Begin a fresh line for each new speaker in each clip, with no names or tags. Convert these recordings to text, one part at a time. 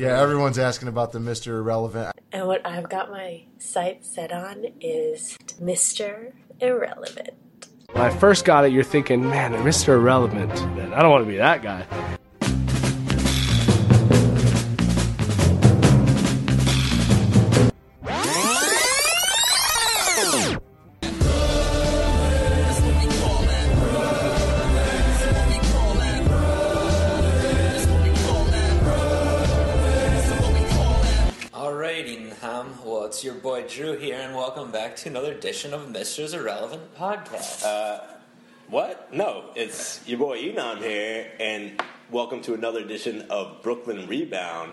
Yeah, everyone's asking about the Mr. Irrelevant.
And what I've got my sight set on is Mr. Irrelevant.
When I first got it, you're thinking, man, Mr. Irrelevant. Man, I don't want to be that guy.
Alrighty, Ham. Well, it's your boy Drew here, and welcome back to another edition of Mr.'s Irrelevant Podcast. Uh,
What? No, it's your boy Enom here, and welcome to another edition of Brooklyn Rebound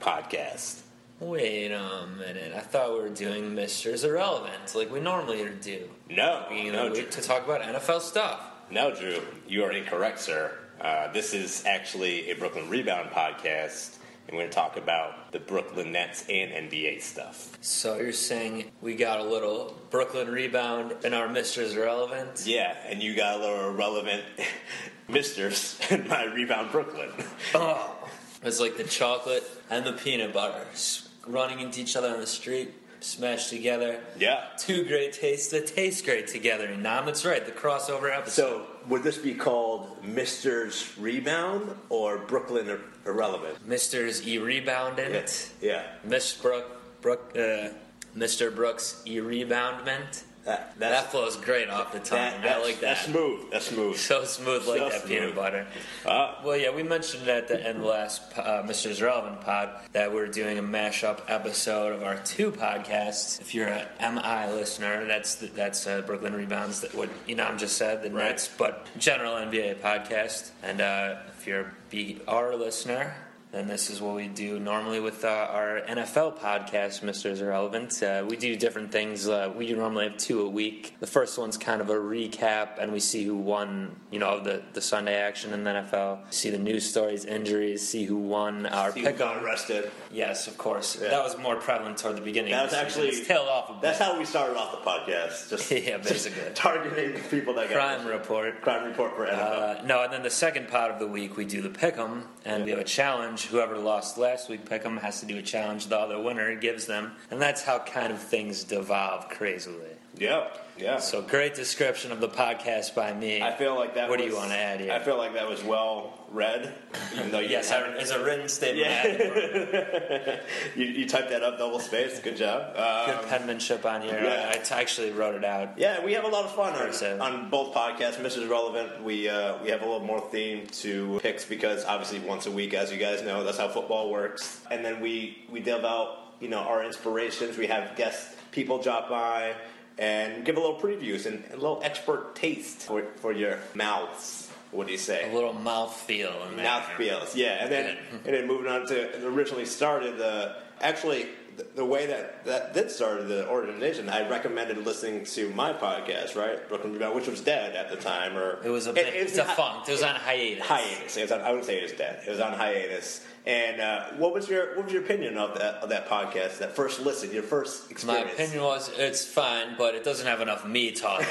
podcast.
Wait a minute. I thought we were doing Mr.'s Irrelevant, like we normally do.
No,
Being
no,
the
Drew,
week to talk about NFL stuff.
no, Drew, you are incorrect, sir. Uh, this is actually a Brooklyn Rebound podcast, and we're going to talk about the Brooklyn Nets and NBA stuff.
So you're saying we got a little Brooklyn rebound in our Mr.'s Irrelevant?
Yeah, and you got a little irrelevant misters in my Rebound Brooklyn.
Oh, it's like the chocolate and the peanut butter s- running into each other on the street, smashed together.
Yeah.
Two great tastes that taste great together. And Nam, that's right, the crossover episode.
So, would this be called Misters Rebound or Brooklyn Ir- Irrelevant?
Mr.'s E rebounded.
Yeah.
Miss Brook, Brook, uh, Mr. Brooks E reboundment.
That, that's,
That flows great off the tongue.
that,
I
that's-
like
That's
that.
smooth. That's smooth.
so smooth like
So
that peanut
smooth.
butter.
Ah.
well, yeah, we mentioned at the end of the last uh, Mr. Relevant pod that we're doing a mashup episode of our two podcasts. If you're a MI listener, that's the, that's uh, Brooklyn Rebounds, that what Enam just said, the
Right.
Nets, but general NBA podcast. And uh, if you're a BR listener, then this is what we do normally with uh, our NFL podcast, Mr. Irrelevant. Uh, we do different things. Uh, we normally have two a week. The first one's kind of a recap, and we see who won, you know, the, the Sunday action in the NFL. See the news stories, injuries, see who won our
He
pick.
got arrested.
Yes, of course.
Yeah.
That was more prevalent toward the beginning.
That was
of the season.
actually
It's tailed off a bit.
That's how we started off the podcast. Just
Yeah,
just
basically.
targeting the people that got
crime
arrested.
report.
crime report for NFL.
Uh, no, and then the second part of the week we do the pick'em, and we have a challenge. Whoever lost last week pick'em has to do a challenge. The other winner gives them, and that's how kind of things devolve crazily.
yeah, yeah.
So great description of the podcast by me.
I feel like that.
What
was,
do you want to add here?
I feel like that was well read, even though you
yes, I,
haven't-
it's a written statement. I had
yeah. you, you typed that up double space. Good job. Uh,
Good penmanship on here.
yeah.
I, I t- actually wrote it out.
Yeah, we have a lot of fun
Person.
on, on both podcasts. Mrs. Relevant, we uh, we have a little more theme to picks because obviously once a week, as you guys know, that's how football works. And then we we delve out, you know, our inspirations. We have guests, people drop by, and give a little previews and a little expert taste for, for your mouths. What do you say?
A little mouth feel in there.
Mouth feels, yeah, and then and then moving on to originally started the actually the, the way that that did started the organization. I recommended listening to my podcast, right, Brooklyn Rebound, which was dead at the time, or
It was a bit
it's
defunct. It was on hiatus.
hiatus. It was on, I wouldn't say it was dead. It was on hiatus. And uh, what was your what was your opinion of that of that podcast? That first listen, your first
My
experience.
opinion was it's fine, but it doesn't have enough me talking.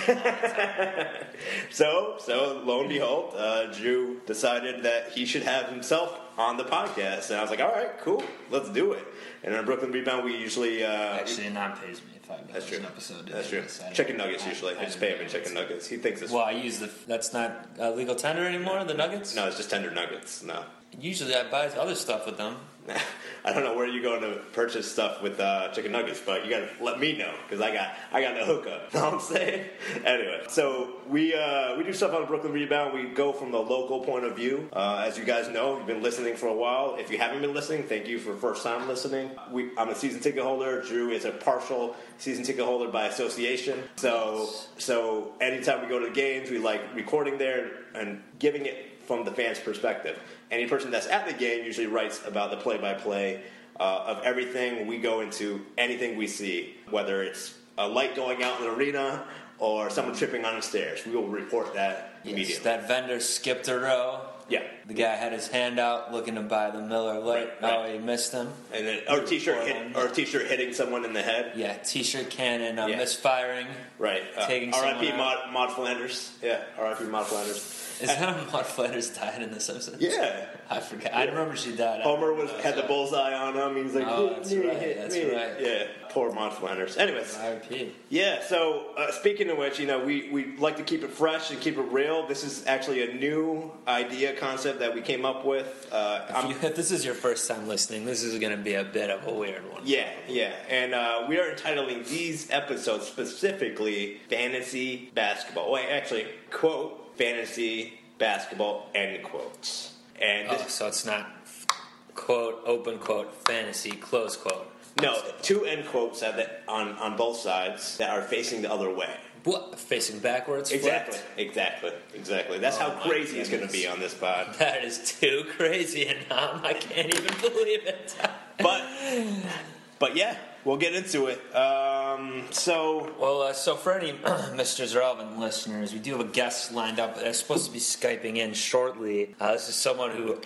So, so lo and behold, uh, Drew decided that he should have himself on the podcast, and I was like, "All right, cool, let's do it." And on Brooklyn Rebound, we usually uh,
Actually, non pays me five
that's
dollars
true.
an episode. to
That's
do
true.
this. I don't-
Chicken nuggets
I-
usually.
I
I
don't
just pay him in
do
chicken
that.
nuggets. He thinks it's
Well, I use the. That's not uh, legal tender anymore. The nuggets.
no, it's just tender nuggets. No,
Usually, I buy other stuff with them.
I don't know where you're going to purchase stuff with uh, chicken nuggets, but you gotta let me know because I got I got the hookup. Know what I'm saying? anyway, so we uh, we do stuff on Brooklyn Rebound. We go from the local point of view. Uh, as you guys know, you've been listening for a while. If you haven't been listening, thank you for first time listening. We, I'm a season ticket holder. Drew is a partial season ticket holder by association. So so anytime we go to the games, we like recording there and giving it from the fans' perspective. Any person that's at the game usually writes about the play-by-play uh, of everything. We go into anything we see, whether it's a light going out in the arena or someone tripping on the stairs. We will report that
Yes,
immediately.
that vendor skipped a row.
yeah,
The guy had his hand out looking to buy the Miller Lite.
Right, right.
Oh, he missed him.
And then, or t-shirt, hit, or t-shirt hitting someone in the head.
Yeah, T-shirt cannon uh,
Yeah.
misfiring.
Right. Uh,
Taking
R.I.P.
someone
Mod, Mod Flanders. Yeah. R.I.P. Mod Flanders.
Is that how Maud Flanders died in The Simpsons?
Yeah.
I forgot. I remember she died.
Homer was had the bullseye on him. He was like,
Oh,
"Hit
that's
me,
right,
hit
that's
me."
right.
Yeah. Poor Mod Flanders. Anyways.
R.I.P.
Yeah, so uh, speaking of which, you know, we, we like to keep it fresh and keep it real. This is actually a new idea concept that we came up with. Uh, I'm-
If you- if this is your first time listening, this is going to be a bit of a weird one.
yeah, yeah. And uh, we are entitling these episodes specifically Fantasy Basketball. Wait, actually, quote, Fantasy Basketball, end quotes. And
Oh,
this,
so it's not quote open quote fantasy close quote.
no, two end quotes at the, on, on both sides that are facing the other way.
What facing backwards? flipped?
Exactly, exactly, exactly. That's
Oh,
how
my
crazy it's going to
goodness.
be on this pod.
That is too crazy, and I can't even believe it.
but but yeah, we'll get into it. Um, so
Well, uh, so for any Mr. Relevant listeners, we do have a guest lined up. They're supposed to be Skyping in shortly. Uh, this is someone who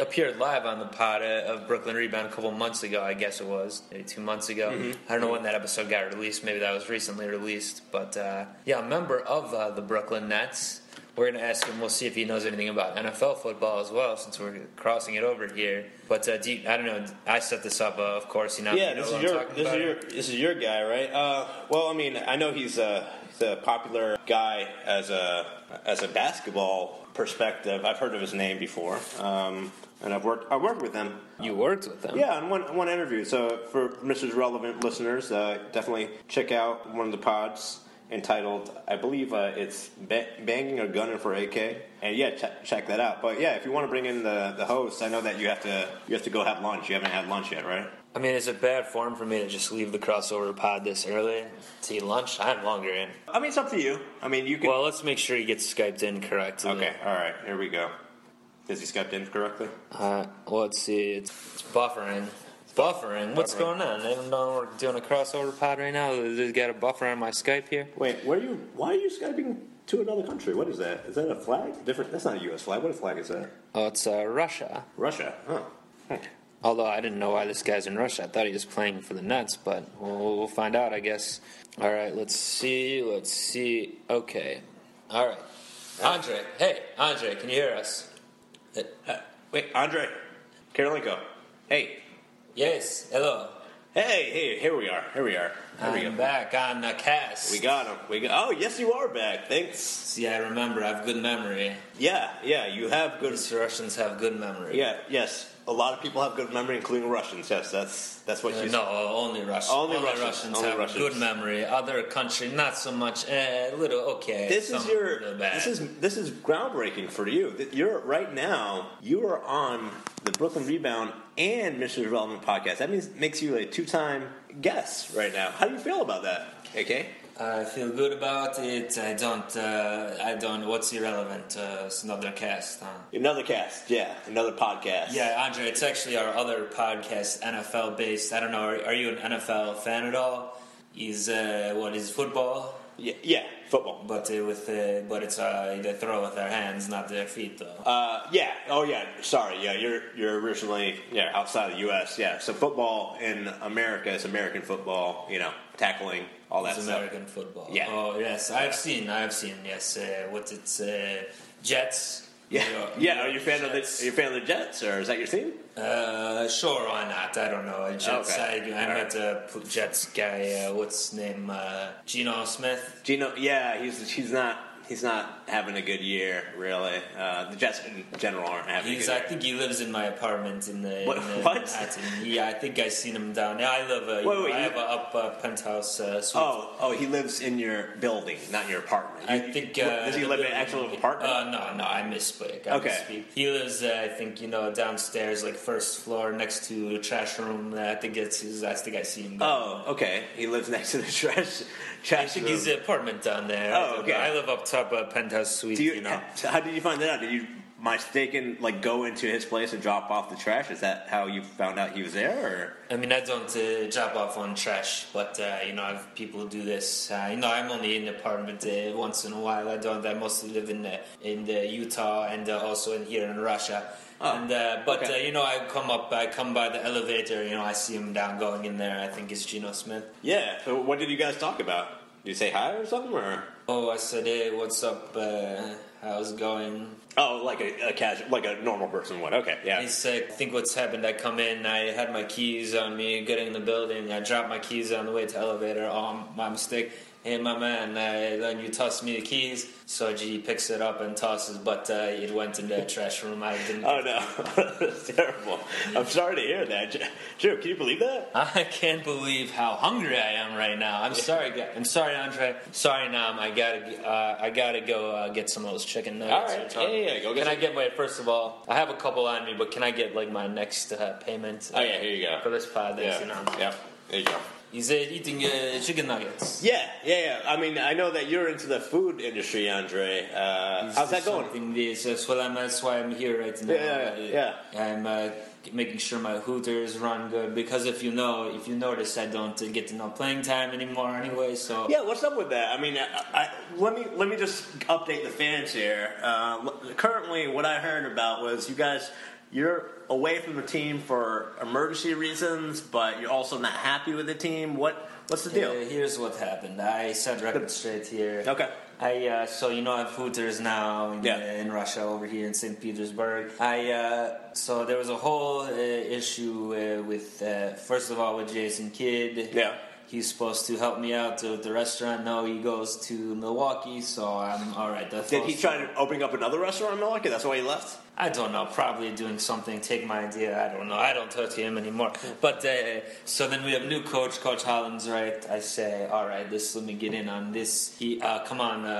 appeared live on the pod uh, of Brooklyn Rebound a couple months ago, I guess it was, maybe two months ago.
Mm-hmm.
I don't know when that episode got released. Maybe that was recently released. But uh, yeah, a member of uh, the Brooklyn Nets. We're going to ask him, we'll see if he knows anything about NFL football as well, since we're crossing it over here. But uh, do you, I don't know, I set this up, uh, of course. You know,
yeah,
you know
this
what
is
I'm
your
talking
this is
about.
your this is your guy, right? Uh, well, I mean, I know he's a he's a popular guy as a as a basketball perspective. I've heard of his name before, um, and I've worked I worked with him.
You worked with them.
Yeah, on one one interview. So for Mrs. Relevant listeners, uh, definitely check out one of the pods entitled, I believe uh, it's ba- "Banging or Gunning for AK," and yeah, ch- check that out. But yeah, if you want to bring in the, the host, I know that you have to you have to go have lunch. You haven't had lunch yet, right?
I mean, is it bad form for me to just leave the crossover pod this early to eat lunch? I'm longer in.
I mean, it's up to you. I mean, you can.
Well, let's make sure he gets Skyped in correctly.
okay, all right, here we go. Is he scuffed in correctly?
Uh, well, let's see. It's, it's buffering. Buffering. What's
Buffering.
going on? I don't know. We're doing a crossover pod right now. There's got a buffer on my Skype here.
Wait, where are you? Why are you skyping to another country? What is that? Is that a flag? Different? That's not a U.S. flag. What flag is that?
Oh, it's uh, Russia.
Russia. Oh.
Although I didn't know why this guy's in Russia. I thought he was playing for the Nets, but we'll, we'll find out, I guess. All right, let's see. Let's see. Okay. All right. Andre. Hey, Andre, can you hear us? Uh,
Uh, wait, Andre, Karolinko. Hey,
Yes, hello.
hey, hey! Here we are. Here we are. Here we
I'm
go.
back on the cast.
We got him. We got. Oh, yes, you are back. Thanks.
See, I remember. I have good memory.
Yeah, yeah. You have good.
These Russians have good memory.
Yeah, yes. A lot of people have good memory, including Russians. Yes, that's that's what
Uh,
you.
no, only Russians.
Only Russians, only
have
Russians.
good memory. Other country, not so much. Eh, A little okay.
This is
some
your.
little bad.
This is this is groundbreaking for you. That You're right now. You are on the Brooklyn Rebound and Mission Development podcast. That means makes you a two time guest right now. How do you feel about that? Okay.
I feel good about it. I don't. Uh, I don't. What's irrelevant? Uh, it's another cast. Huh?
Another cast. Yeah, another podcast.
Yeah, Andre. It's actually our other podcast, NFL based. I don't know. Are, are you an NFL fan at all? Is uh, what is football?
Yeah, yeah football.
But uh, with uh, but it's uh, they throw with their hands, not their feet, though.
Uh, yeah. Oh, yeah. Sorry. Yeah, you're you're originally yeah outside the U.S. Yeah. So football in America is American football. You know, tackling all that
it's
stuff.
American football.
Yeah.
Oh yes, I've seen. I've seen. Yes. Uh, what it's uh, Jets.
Yeah.
New York-
yeah.
New
Are
York
you a fan of
Jets.
the? Are you a fan of the Jets, or is that your team?
Uh, sure, why not? I don't know. Jets.
Okay.
I, I
All
met a p- Jets guy. Uh, what's his name? Uh, Geno Smith.
Gino. Yeah. He's he's not he's not having a good year really. Uh, the Jets in general aren't having.
He's.
a
I
good
think he lives in my apartment in the.
What-
In the
what?
Manhattan. Yeah, I think I seen him down. Yeah, I live. Uh,
Wait, wait,
I
you-
have a up uh, penthouse uh, suite.
year. Oh, oh, he lives in your building, not your apartment.
I
You-
think.
you-
Uh,
does he live in an actual apartment?
Uh, no, no, I misspoke. I
Okay.
misspeak. He lives, uh, I think, you know, downstairs, like first floor, next to the trash room. I think it's his. I think I see him.
oh, okay. He lives next to the trash trash
I think
room.
he's an apartment down there.
Oh, okay.
I live up top, uh, penthouse suite.
Do
You,
you,
know.
How did you find that out? Did you my steak and like go into his place and drop off the trash? Is that how you found out he was there?
I mean, I don't uh, drop off on trash, but uh, you know, I've people do this. Uh, you know, I'm only in the apartment uh, once in a while. I don't. I mostly live in uh, in uh, Utah and uh, also in here in Russia.
Oh,
and uh, but
okay.
uh, you know, I come up, I come by the elevator. You know, I see him down going in there. I think it's Gino Smith.
Or yeah. So what did you guys talk about? Did you say hi or something? Or
Oh, I said, hey, what's up? Uh, how's it going?
oh, like a, a casual, like a normal person would. Okay, yeah.
He said, I think what's happened, I come in, I had my keys on me getting in the building, I dropped my keys on the way to elevator, oh, my mistake. Hey, my man, uh, then you toss me the keys. So G picks it up and tosses, but uh, it went in the trash room. I didn't.
Oh no, that's terrible. I'm sorry to hear that. J- Drew, can you believe that?
I can't believe how hungry I am right now. I'm sorry, guy. I'm sorry, Andre. Sorry, Nam. I gotta, uh, I gotta go uh, get some of those chicken
All
nuggets.
right,
or something.
yeah, yeah, yeah, go get
Can I
some-
get my first of all? I have a couple on me, but can I get like my next uh, payment?
Oh, yeah, here you go.
For this pod, that's you know.
Yeah. yeah. There you go.
He's uh, eating uh, chicken nuggets.
Yeah, yeah, yeah. I mean, I know that you're into the food industry, Andre. Uh, how's that going?
Something This. That's, what I'm, that's why I'm here right now.
Yeah, yeah,
I'm uh, making sure my hooters run good because if you know, if you notice, I don't uh, get to know playing time anymore anyway. So
Yeah, what's up with that? I mean, I, I, let me let me just update the fans here. Uh, l- currently, what I heard about was you guys you're away from the team for emergency reasons, but you're also not happy with the team. What what's the deal?
Uh, here's what happened. I set record straight here.
Okay.
I uh, so you know I have Hooters now in,
Yeah.
in Russia over here in St. Petersburg. I uh, so there was a whole uh, issue uh, with uh, first of all with Jason Kidd.
Yeah.
He's supposed to help me out at the restaurant. No, he goes to Milwaukee, so I'm all right. That's
Did he
all.
try to opening up another restaurant in Milwaukee? That's why he left.
I don't know, probably doing something, take my idea, I don't know. I don't talk to him anymore. But uh, so then we have new coach, Coach Hollins, right? I say, all right, this, let me get in on this. He, uh, come on, uh,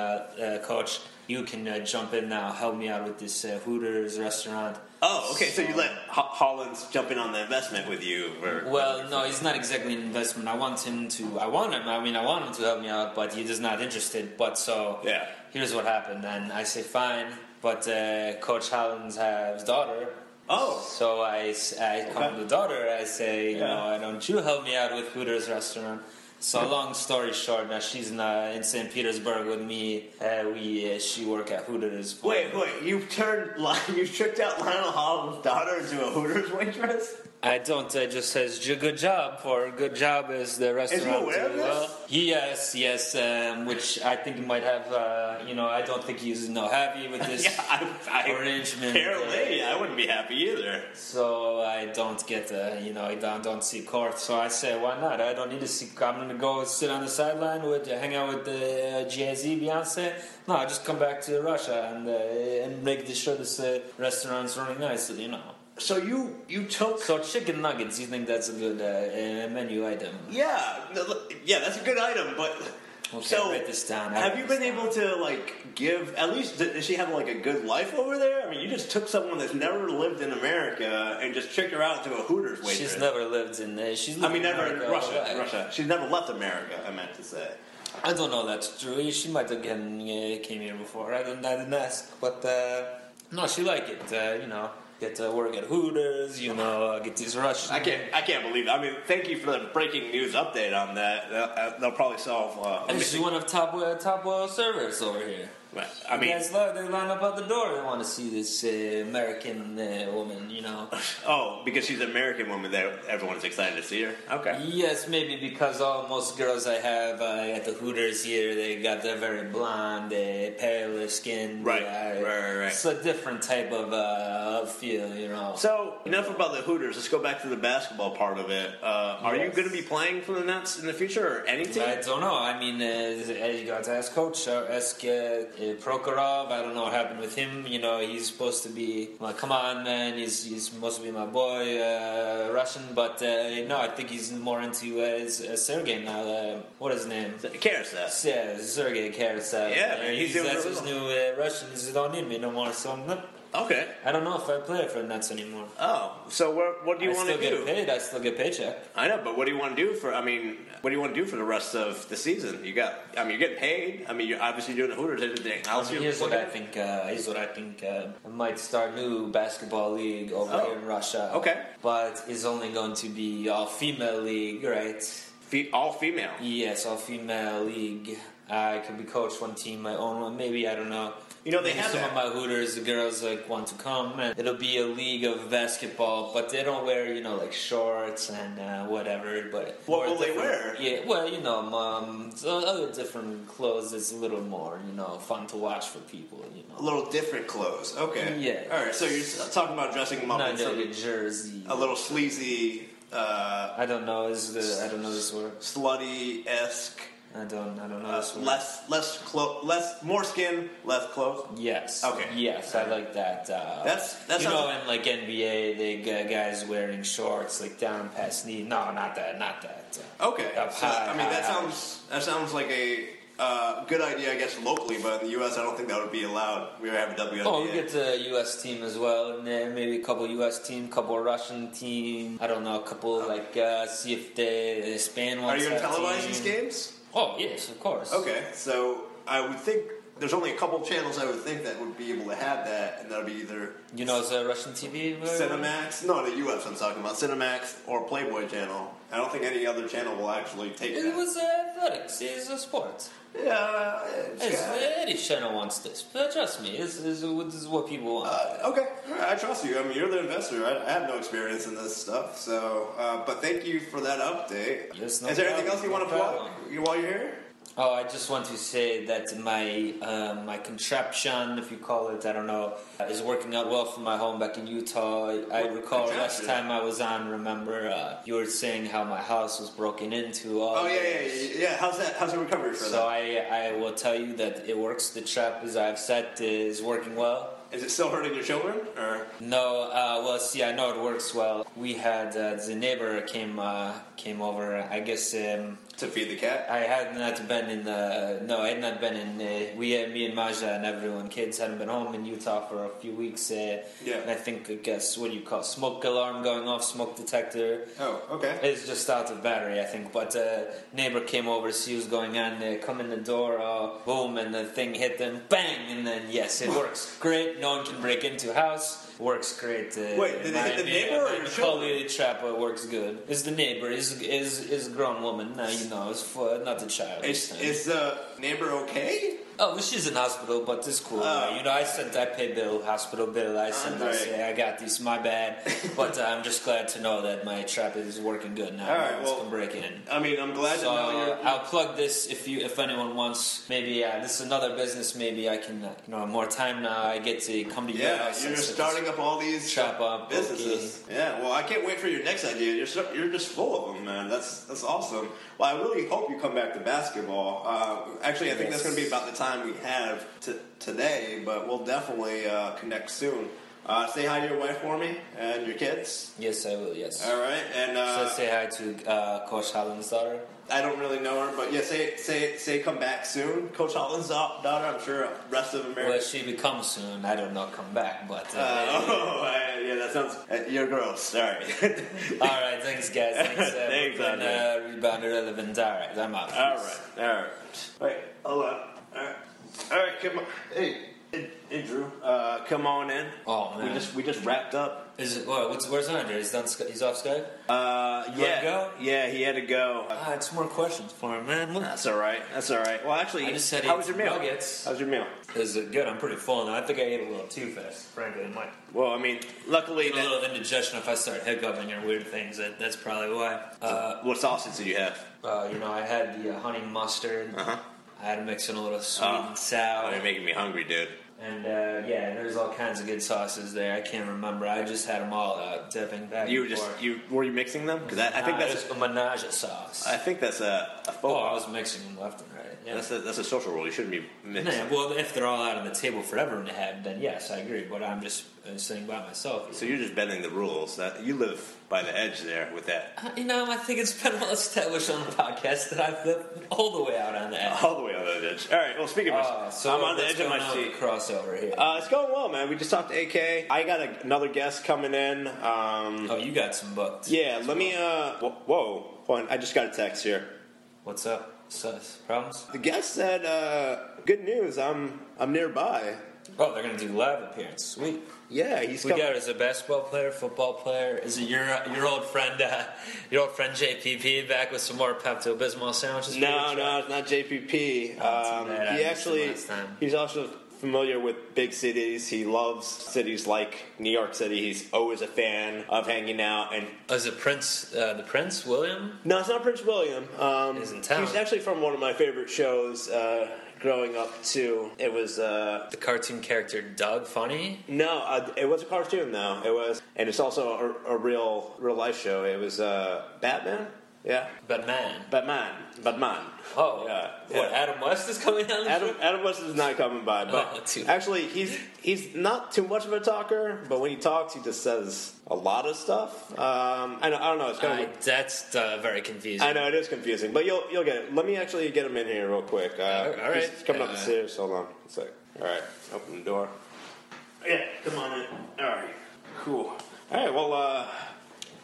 uh, coach, you can uh, jump in now, help me out with this uh, Hooters restaurant.
Oh, okay. So, you let Ho- Hollins jump in on the investment with you? Or,
Well, no, he's not exactly an investment. I want him to. I want him. I mean, I want him to help me out, but he's just not interested. But so,
Yeah.
Here's what happened. And I say fine, but uh, Coach Hollins has daughter.
Oh.
So I, s- I come
Okay.
to the daughter. I say, you
Yeah.
know, why don't you help me out with Hooters restaurant? So long story short, now she's in, uh, in St. Petersburg with me. Uh, we uh, she work at Hooters. for-
Wait, wait! You turned Li- you tricked out Lionel Hollins' daughter into a Hooters waitress.
I don't. I just says "J- good job for good job as the restaurant.
aware of
did
this?
Yes, yes. Um, which I think he might have. Uh, you know, I don't think he's no happy with this.
Yeah, I, I,
Arrangement.
Apparently, I wouldn't be happy either.
So I don't get. Uh, you know, I don't, don't see court. So I say, why not? I don't need to see. I'm gonna go sit on the sideline with hang out with the uh, Jay-Z, Beyonce. No, I just come back to Russia and uh, and make sure this uh, restaurant's running nicely. You know.
So you you took
So chicken nuggets. You think that's a good uh, uh, menu item?
yeah no, look, yeah that's a good item, but
Okay,
so
write this down. I
Have
wrote
you
this
been able to like give at least does she have like a good life over there? I mean, you just took someone that's never lived in America and just tricked her out to a Hooters waitress.
She's never lived in there. She's
I mean,
lived
never in
America all
Russia.
her life.
Russia. She's never left America. I meant to say.
I don't know that's true. She might have again uh, came here before. I don't. I didn't ask, but uh, no, she like it. Uh, you know, get to work at Hooters. You know, uh, get these Russian.
I can't. I can't believe. It. I mean, thank you for the breaking news update on that. They'll, uh, they'll probably solve. Uh, a
And she's
missing-
one of top uh, top uh, servers over here.
I mean,
you guys love, they line up at the door. They want to see this uh, American uh, woman. You know.
Oh, because she's an American woman that everyone's excited to see her. Okay.
Yes, maybe because all most girls I have uh, at the Hooters here, they got the very blonde, uh, paler skin.
Right,
they are-
right, right, right.
It's a different type of, uh, of feel, you know.
So enough about the Hooters. Let's go back to the basketball part of it. Uh, are you
Yes.
going to be playing for the Nets in the future or any team?
I don't know. I mean, uh, you got to ask coach or ask uh, uh, Prokhorov. I don't know what happened with him. You know, he's supposed to be like, come on, man. He's he's supposed to be my boy, uh, Russian. But uh, no, I think he's more into uh, his- uh, Sergey now. Uh, what is his name?
Karis.
Yeah, Sergey Karasev.
Yeah, man, he's doing
that's
really
his
well.
new uh, Russians don't need me no more. So I'm not,
Okay.
I don't know if I play for the Nets anymore.
Oh, so what, what do you
I
want
still
to
get
do?
paid. I still get paycheck.
I know, but what do you want to do for? I mean, what do you want to do for the rest of the season? You got, I mean, you're getting paid. I mean, you're obviously doing the Hooters everything. I'll see
Here's what I think. Uh, here's what I think. Uh, I might start new basketball league over
Oh.
here in Russia.
Okay.
but it's only going to be all female league, right?
Fe- all female.
Yes, all female league. I could be coached one team, my own one. Maybe I don't know.
You know, they
Maybe
have
some
that.
of my Hooters. The girls like want to come, and it'll be a league of basketball, but they don't wear you know like shorts and uh, whatever. But
What
more
will they
different-
wear?
Yeah, well, you know, um, so other different clothes is a little more you know fun to watch for people. You know,
A little different clothes. Okay.
Yeah.
All right. So you're s- talking about dressing them up
not
in
like a
some,
jersey.
a little sleazy, uh,
I don't know. Is the I don't know this word.
slutty esque,
I don't. I don't know
uh,
this word.
less less clo- less more skin, less clothes.
Yes.
Okay.
Yes, I like that. Uh,
That's- that
you know
sounds-
in like NBA, the g- guys wearing shorts like down past knee. No, not that. Not that. Uh,
Okay.
Up
So,
high,
I mean, that
high, high.
sounds that sounds like a uh, good idea, I guess, locally, but in the U.S., I don't think that would be allowed. We would have a WNBA.
Oh, we get the U.S. team as well, and then maybe a couple U.S. team, couple Russian team. I don't know, a couple like uh, see if the Spain
Are
wants.
you going to
that
televise
team.
these games?
Oh yes, of course.
Okay, so I would think there's only a couple channels I would think that would be able to have that, and that would be either
You know, the Russian TV. where-
Cinemax, no, the U.S. I'm talking about, Cinemax or Playboy channel. I don't think any other channel will actually take
It
that.
was athletics. It's a sport.
Yeah, uh, it's
It's,
got-
Any channel wants this. But trust me, this is this is what people want.
Uh, okay, All right, I trust you. I mean, you're the investor. I, I have no experience in this stuff, so. Uh, but thank you for that update.
Yes, no
Is there anything
problem,
else you
no
want to plug
problem.
you- while you're here?
Oh, I just want to say that my uh, my contraption, if you call it, I don't know, uh, is working out well from my home back in Utah. I, I
What
recall last
contraption?
time I was on. Remember, uh, you were saying how my house was broken into. All
Oh yeah,
this.
yeah, yeah. yeah. How's that? How's the recovery for
So
that?
I I will tell you that it works. The trap as I've set is working well.
Is it still hurting your children? Or
No, uh, well, see, I know it works well. We had uh, the neighbor came uh, came over. I guess um,
to feed the cat?
I had not been in the no, I had not been in. Uh, we, uh, me and Maja and everyone, kids hadn't been home in Utah for a few weeks. Uh,
Yeah.
and I think I guess what do you call it? smoke alarm going off, smoke detector.
Oh, okay.
It's just out of battery, I think. But uh, neighbor came over, see what's going on. They come in the door, uh, boom, and the thing hit them, bang, and then yes, it works great. No one can break into house. Works great. Uh,
Wait, did they hit the
my-
neighbor or
my
your
colleague
children?
Trap uh, works good. It's the neighbor. Is is is a grown woman. Now you know. It's for, not the child.
Is is the neighbor okay?
oh, well, she's in hospital, but it's cool.
Oh.
you know, I sent. I pay bill, hospital bill. I sent. I
Andre.
say I got this. My bad. but uh, I'm just glad to know that my trap is working good now.
All right,
No one's
well,
can break in.
I mean, I'm glad
So
to know you're.
I'll plug this if you if anyone wants. Maybe uh, this is another business. Maybe I can uh, you know more time now. I get to come to your
yeah,
house.
you're
and set
starting up all these
this trap up
businesses. Yeah, well, I can't wait for your next idea. You're so, you're just full of them, man. That's that's awesome. Well, I really hope you come back to basketball. Uh, actually, I think that's
Yes.
going to be about the time we have t- today, but we'll definitely uh, connect soon. Uh, say hi to your wife for me and your kids.
Okay. Yes, I will. Yes.
All right, and
So
uh,
say hi to uh, Coach Holland's daughter.
I don't really know her, but yeah, say say say come back soon, Coach Holland's da- daughter. I'm sure rest of America.
Well, she will come soon. I don't know, come back, but. Uh,
Uh, oh, I- yeah, that sounds. Uh, you're gross. Sorry.
All right, thanks, guys. Thanks, uh,
Thanks,
Brooklyn,
Andre.
uh, rebound irrelevant. All right, I'm out.
All right, all right. Wait, hold up. All right, all right. Come on. Hey, hey, hey, Drew. Uh, come on in.
Oh, man.
we just we just wrapped up.
Is it, what, what's, where's Andre? He's, done, Sky- he's off Skype?
Uh,
You wanna
yeah,
go?
yeah. He had to go. Uh,
Ah, it's more questions for him, man. Look.
That's all right. That's all right. Well, actually,
I just said
how
eat
was your meal?
nuggets.
How was your meal?
Is it good? I'm pretty full now. I think I ate a little too fast, frankly. I might
Well, I mean, luckily,
get a
that,
little indigestion if I start hiccuping or weird things. That, that's probably why. Uh,
what sausage did you have?
uh, you know, I had the uh, honey mustard.
Uh-huh.
I had to mix in a little sweet
Oh.
and sour.
Oh, you're making me hungry, dude.
And uh, yeah, there's all kinds of good sauces there. I can't remember. I just had them all out, dipping back.
You were
and
just
forth.
you were you mixing them? Because I, I think
Nah,
that's
it was a menage a sauce.
I think that's a, a
oh,
faux
I
pas.
was mixing them left and right. Yeah.
That's a, that's a social rule. You shouldn't be mixing.
Nah, well, if they're all out on the table for everyone to have, then yes, I agree. But I'm just uh, sitting by myself.
So you're just bending the rules. That you live by the edge there with that.
Uh, You know, I think it's been well established on the podcast that I've lived all the way out on the edge.
All the way on that edge. All right. Well, speaking of,
Uh,
my so I'm on the
what's
edge of my
going on
seat.
with the crossover here.
Uh, it's going well, man. We just talked to AK. I got a, another guest coming in. Um,
oh, you got some booked.
yeah, let me. Uh, wh- whoa, hold on. I just got a text here.
What's up? Sus problems?
The guest said, uh, "Good news. I'm I'm nearby."
Oh, they're gonna do live appearance. Sweet.
Yeah, he's
We
coming.
got as a basketball player, football player, is it your your old friend, uh, your old friend JPP back with some more Pepto Bismol sandwiches? for
No,
you,
no,
Chuck?
it's not JPP.
Oh,
Um,
too bad. I
he
missed him
actually,
last time.
he's also familiar with big cities. He loves cities like New York City. He's always a fan of hanging out. And
Oh, Is it Prince? Uh, the Prince William?
no, it's not Prince William. Um,
He's in town.
He's actually from one of my favorite shows uh, growing up too. It was uh,
The cartoon character Doug Funny?
no, uh, it was a cartoon though. It was, and it's also a, a real real life show. It was uh, Batman. Yeah,
But man,
Batman, Batman.
oh,
Yeah,
what?
yeah.
Adam West is coming down the
Adam
show?
Adam West is not coming by,
Oh,
but
too bad.
actually he's he's not too much of a talker. But when he talks, he just says a lot of stuff. Um, I know I don't know. It's kind of
I, that's uh, very confusing.
I know it is confusing, but you'll you'll get it. Let me actually get him in here real quick. Uh,
all right.
he's coming up the
Uh,
stairs. Hold on, a sec. All right, open the door. Yeah, come on in. All right, cool. All right, well, uh,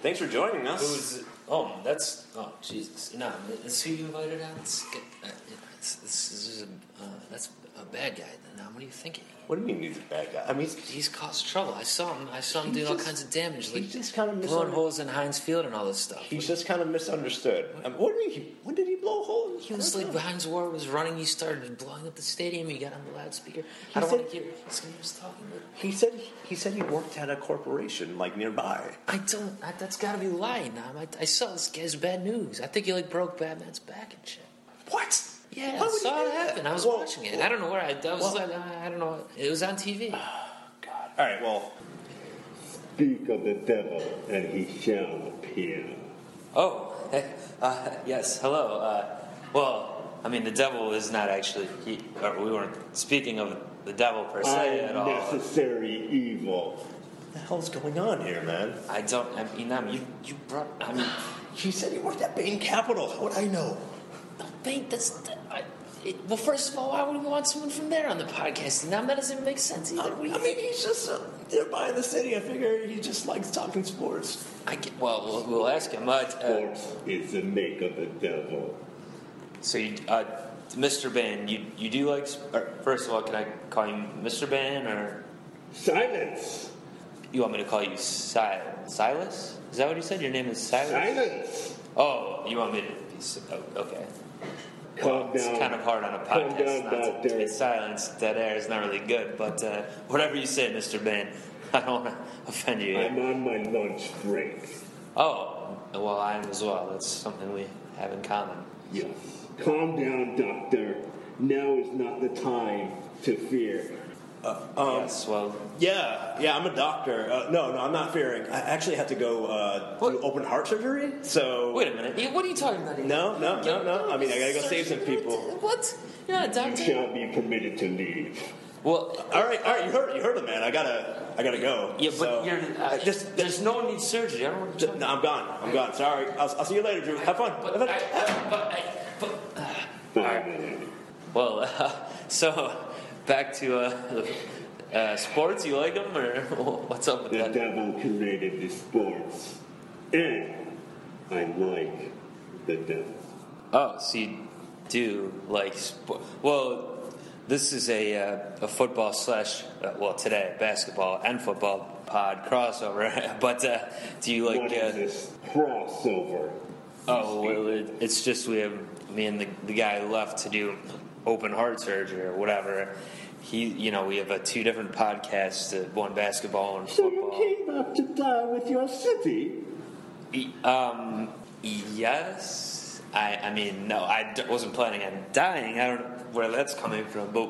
thanks for joining us.
Who's? Oh, that's oh Jesus! No, that's who you invited out. It's, good. uh, it's, this is a, uh, that's a bad guy. Then um, what are you thinking?
what do you mean he's a bad guy? I mean, he's-
He's caused trouble. I saw him. I saw him doing all
just-
kinds of damage,
he
like
just kinda
blowing
misunderstood.
holes in Heinz Field and all this stuff.
he's just kind of misunderstood. Um, what do you mean? He, when did he blow a hole? in-
he was like Heinz Ward was running. He started blowing up the stadium. He got on the loudspeaker.
He
I don't want
said-
to hear somebody was talking. But
He said he said he worked at a corporation like nearby.
I don't. I, that's got to be lying. Nam. I, I saw this guy's bad news. I think he like broke Batman's back and shit.
What?
Yeah,
Why
I
would
saw
you
it
do that?
happen. I was
Well,
watching it.
well,
I don't know where I. I was
well-
like, I I don't know. It was on TV.
God. All right. Well,
Speak of the devil, and he shall appear.
Oh, uh, yes. Hello. Uh, well, I mean, the devil is not actually. He, or we weren't speaking of the devil per se
Um,
at all.
Unnecessary evil.
what the hell's going on here, man?
I don't. I mean, Nam, you you brought. I mean,
He said he worked at Bain Capital. How would I know?
no, Bank. That's. That, I, it, well, first of all, why would we want someone from there on the podcast? Nam, that doesn't make sense either. What do you
I mean, he's just uh, nearby in the city. I figure he just likes talking sports.
I get, well, well, we'll ask him. Uh, uh,
Sports is the make of the devil.
So, you, uh, Mr. Ban, you you do like? sp- Or first of all, can I call you Mr. Ban, or
Silence!
you want me to call you Sil Silas? Is that what you said? Your name is Silas.
Silence!
Oh, you want me to be? Si- Oh, okay.
Calm
It's
down.
kind of hard on a
Calm
podcast.
down,
not to,
doctor.
it's silence, dead air is not really good. But uh, whatever you say, Mr. Ban, I don't want to offend you.
I'm on my lunch break.
oh, well, I am as well. That's something we have in common.
Yes. Calm down, doctor. Now is not the time to fear.
Uh, um,
yes. Well,
Yeah, yeah, I'm a doctor. Uh, no, no, I'm not fearing. I actually have to go uh, do
What?
open heart surgery. So
wait a minute. Yeah, What are you talking about? here?
No, no, no, no. I mean, I gotta go save some people.
What? You're not a
You
doctor.
shall be permitted to leave.
Well,
All right, all right. You heard, you heard him, man. I gotta, I gotta go.
yeah, but
So-
you're uh,
I just.
there's no one needs surgery. I don't want to.
No, I'm gone. I'm gone. Sorry. I'll, I'll see you later, Drew. Have fun.
But I,
Have fun.
I- but I, but,
Bye.
well, uh, so back to uh, uh, sports. You like them, or what's up with
The
that?
devil created the sports. And I like the devil.
Oh, so you do like sport? Well, this is a uh, a football slash uh, well today basketball and football pod crossover. but uh, do you like?
What
uh,
is this crossover?
Oh, well, it, it's just we have me and the, the guy left to do open heart surgery or whatever. He, you know, we have uh, two different podcasts: uh, one basketball and
So you
football.
came up to die with your city?
E- Um, yes, I. I mean, no, I d- wasn't planning on dying. I don't know where that's coming from, but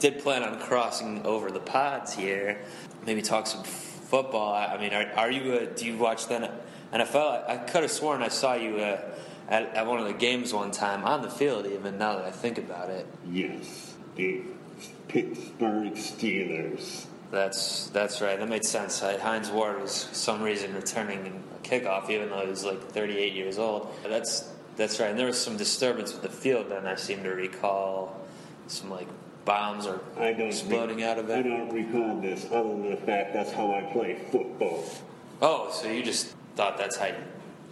did plan on crossing over the pods here. Maybe talk some football. I, I mean, are, are you? uh do you watch the NFL? I, I could have sworn I saw you. Uh, at, at one of the games one time on the field even now that i think about it
Yes, the Pittsburgh Steelers.
That's that's right. That made sense. I, Heinz Ward was for some reason returning a kickoff, even though he was like 38 years old. That's that's right. And there was some disturbance with the field. Then I seem to recall some like bombs or
I don't
exploding
re-
out of
I
it.
don't recall this other than the fact that's how I play football.
Oh, so you just thought that's how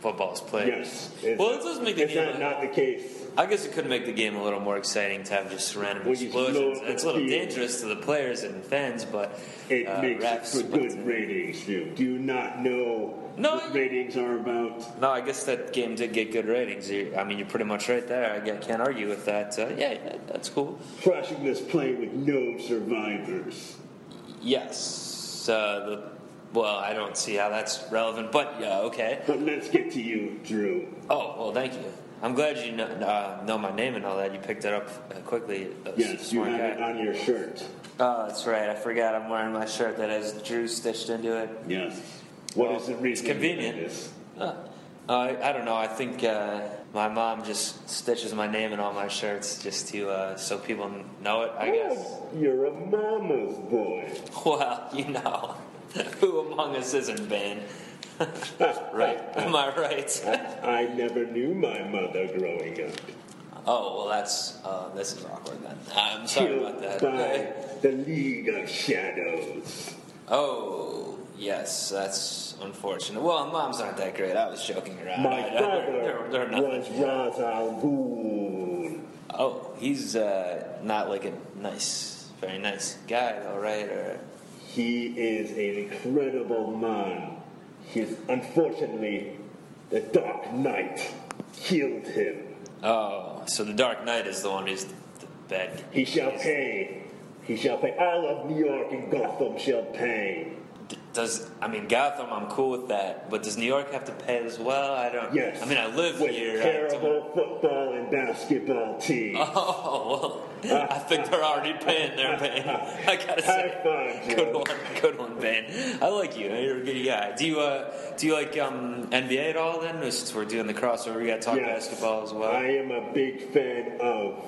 football's played?
Yes. it's-
Well, it does make the
it's
game
not,
a-
not the case.
I guess it could make the game a little more exciting to have just random
When you
explosions.
blow up
It's a
the
little
field.
dangerous to the players and fans, but
It
uh, refs
makes for
but-
good ratings. You do not know
No, I-
what ratings are about.
No, I guess that game did get good ratings. You- I mean, you're pretty much right there. I g- can't argue with that. Uh, yeah, yeah, that's cool.
Crushing this play with no survivors.
Yes. Uh, the, well, I don't see how that's relevant, but yeah, okay.
But let's get to you, Drew.
Oh, well, thank you. I'm glad you know, uh, know my name and all that. You picked it up uh, quickly. Uh,
Yes, you
smart
have
guy.
it on your shirt.
Oh, that's right. I forgot I'm wearing my shirt that has Drew stitched into it.
Yes. What
Well,
is the reason?
it's convenient.
for this?
Uh, I, I don't know. I think uh, my mom just stitches my name in all my shirts just to uh, so people know it. I guess.
Oh, You're a mama's boy.
Well, you know, who among us isn't Bane? right? Am I right?
I never knew my mother growing up.
oh well, that's uh, this is awkward then. I'm sorry
Killed
about
by
that.
the League of Shadows.
oh yes, that's unfortunate. Well, moms aren't that great. I was joking around.
My
I- I-
father
Uh, they're- they're not-
was Ra's al Ghul.
Oh, he's uh, not like a nice, very nice guy, though, right? Or
He is an incredible man. He's unfortunately the Dark Knight killed him.
oh, so the Dark Knight is the one who's the bad.
He shall pay. He shall pay. All of New York and Gotham shall pay.
D- Does I mean Gotham? I'm cool with that, but does New York have to pay as well? I don't.
Yes.
I mean, I live
with
here. I don't-
Terrible football and basketball team.
oh well, I think they're already paying their Bane. I gotta say,
High five,
good
Joe.
one, good one, Bane. I like you. You're a good guy. Do you uh, do you like um, NBA at all? Then since we're doing the crossover, we gotta talk
Yes.
basketball as well.
I am a big fan of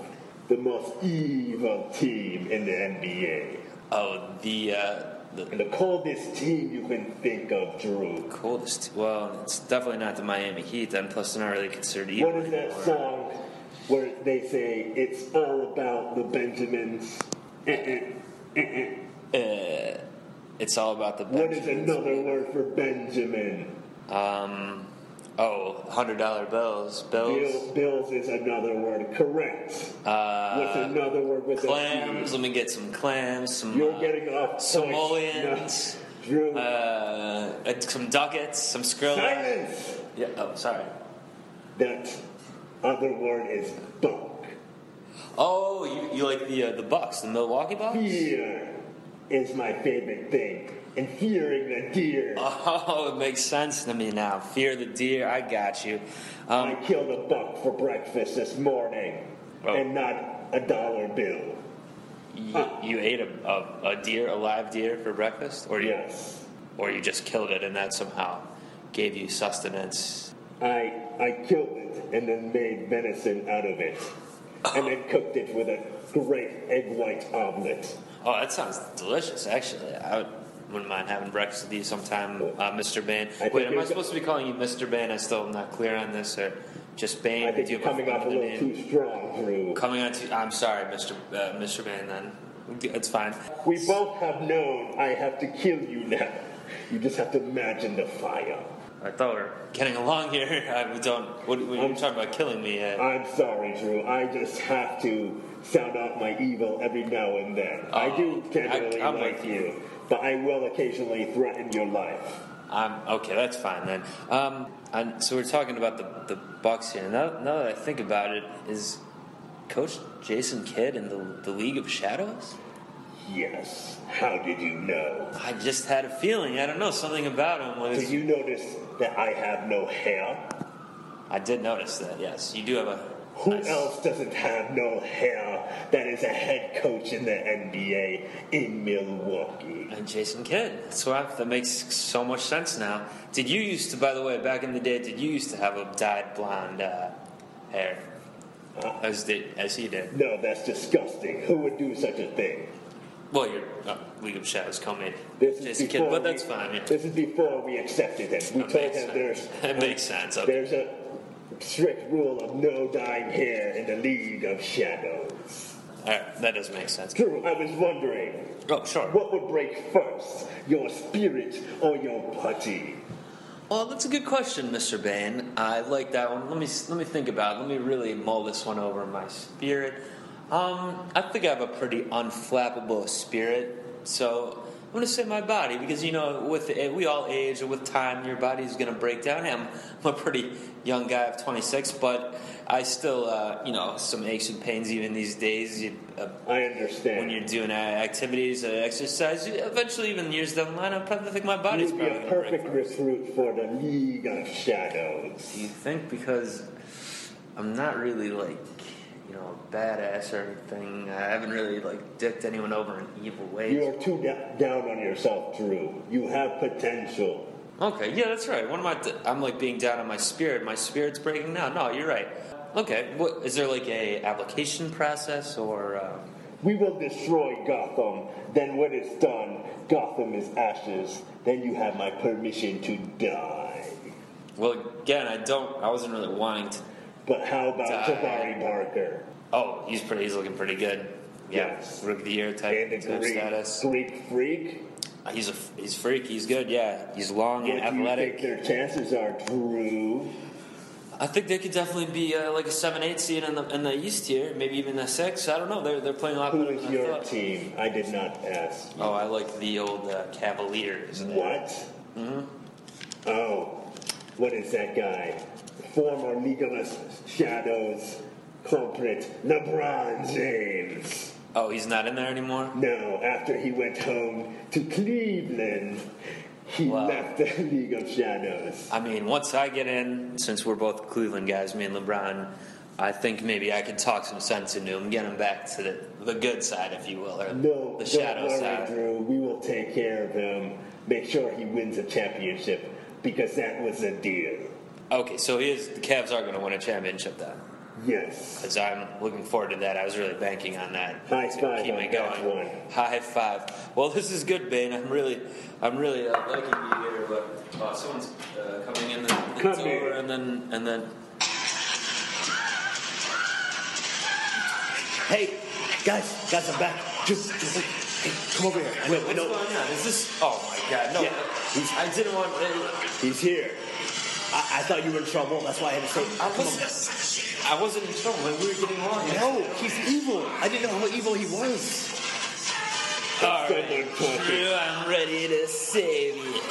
the most evil team in the NBA.
Oh, the uh, the
And the coldest team you can think of, Drew.
coldest. Well, it's definitely not the Miami Heat. Then, plus they're not really considered evil.
What is that
anymore.
song where they say it's all about the Benjamins? Eh, Eh-eh, eh-eh.
Uh, it's all about the.
What is
Benjamins.
another word for Benjamin?
Um, oh, hundred dollar bills, bills,
Bill, bills is another word. Correct. What's
uh,
another word with a
clams. um,
C?
Let me get some clams. Some
You're
uh,
getting off
Somalians.
points. No. Drew.
Uh, uh, some ducats, some skrilla.
silence.
Yeah. Oh, sorry.
That other word is buck.
Oh, you, you like the uh, the Bucks, the Milwaukee Bucks?
Fear is my favorite thing. And fearing the deer,
Oh, it makes sense to me now. Fear the deer. I got you.
I
Um,
killed a buck for breakfast this morning,
Oh.
and not a dollar bill.
You, you ate a, a, a deer, a live deer, for breakfast, or you,
Yes,
or you just killed it, and that somehow gave you sustenance.
I I killed it and then made venison out of it, and then cooked it with a great egg white omelet.
Oh, that sounds delicious. Actually, I would, wouldn't mind having breakfast with you sometime, uh, Mr. Bain.
think
Wait, am I
you're-
supposed to be calling you Mr. Bain? I still am not clear on this, or just Bain?
I
or
think
do you
you're
have
coming off a
another
little
name?
too strong, Drew.
Coming on to. I'm sorry, Mr. Uh, Mr. Bain. Then it's fine.
We both have known I have to kill you now. You just have to imagine the fire.
I thought we were getting along here. I don't. What, what are you talking about? Killing me? Uh,
I'm sorry, Drew. I just have to sound out my evil every now and then. I do
Oh,
generally
I- I'm
like
with
you,
you.
but I will occasionally threaten your life.
Um, okay, that's fine then. Um, and so we're talking about the the Bucks here. Now, now that I think about it, is Coach Jason Kidd in the the League of Shadows?
Yes. How did you know?
I just had a feeling. I don't know something about him
Did
was.
you notice that I have no hair?
I did notice that. Yes, you do have a.
Who
nice-
else doesn't have no hair that is a head coach in the NBA in Milwaukee?
And Jason Kidd. That's why that makes so much sense now. Did you used to, by the way, back in the day, did you used to have a dyed blonde uh, hair?
Uh.
As did as he did.
No, that's disgusting. Who would do such a thing?
Well, your uh, League of Shadows co-made
This is
Jason Kidd,
before
but that's
we-
fine. Yeah.
This is before we accepted him. We
That
told
makes
him
sense.
there's
That makes sense. Okay.
there's a strict rule of no dying hair in the League of Shadows.
All right, that does make sense.
True, I was wondering
Oh, sure.
what would break first, your spirit or your body?
Well, Oh, that's a good question, Mr. Bain. I like that one. Let me let me think about. It. Let me really mull this one over in my spirit. Um, I think I have a pretty unflappable spirit, so I'm gonna say my body because you know, with eh, we all age, and with time, your body's gonna break down. I'm, I'm a pretty young guy of 26, but I still, uh, you know, some aches and pains even these days. You, uh,
I understand.
when you're doing uh, activities, uh, exercise, you- eventually, even years down the line, I probably think my body's
You'd be
probably
a
gonna break
perfect recruit for the League of Shadows.
Do you think because I'm not really like you know a badass or anything? I haven't really like dicked anyone over in evil ways.
You are too da- down on yourself, Drew. You have potential.
Okay, yeah, that's right. What am I? Th- I'm like being down on my spirit. My spirit's breaking down. No, you're right. Okay, what is there like a application process or? Um,
We will destroy Gotham. Then, when it's done, Gotham is ashes. Then you have my permission to die.
well, again, I don't. I wasn't really wanting to.
But how about
Die.
Jabari Parker
Oh, he's pretty. He's looking pretty good. Yeah,
Yes.
rookie of the year type,
and
type
the Greek,
status.
Greek freak?
Uh, He's a f- he's freak. He's good. Yeah, he's long and
What do you
Uh-huh, athletic.
think their chances are, Drew?
I think they could definitely be uh, like a seven-eight seed in the in the East here, maybe even a six. I don't know. They're they're playing a lot
Who
better
is
than I
your
thought.
team? I did not ask.
Oh, I like the old uh, Cavaliers.
What?
Mm-hmm.
Oh, what is that guy? Former League of Us Shadows culprit LeBron James.
Oh, he's not in there anymore.
No, after he went home to Cleveland, he
Wow.
left the League of Shadows.
I mean, once I get in, since we're both Cleveland guys, me and LeBron, I think maybe I could talk some sense into him, get him back to the, the good side, if you will, or
No,
the
don't
shadow
worry,
side.
Drew. We will take care of him. Make sure he wins a championship because that was a deal.
Okay, so he is. The Cavs are going to win a championship then,
Yes.
because I'm looking forward to that. I was really banking on that.
High five
keep
on
me
that
going.
one.
High five. Well, this is good, Bane. I'm really, I'm really uh, liking you here. But oh, someone's uh, coming in. The, the
Come
door,
in.
and then and then. Hey,
Guys, guys, I'm back. Just, just come over here.
wait, what's going on? Is this? Oh my God! No,
Yeah, he's-
I didn't want.
He's here. I, I thought you were in trouble. That's why I had to say.
I wasn't. I wasn't in trouble. Like, we were getting along.
No, he's evil. I didn't know how evil he was.
All right,
Someone talking.
Drew, I'm ready to save you.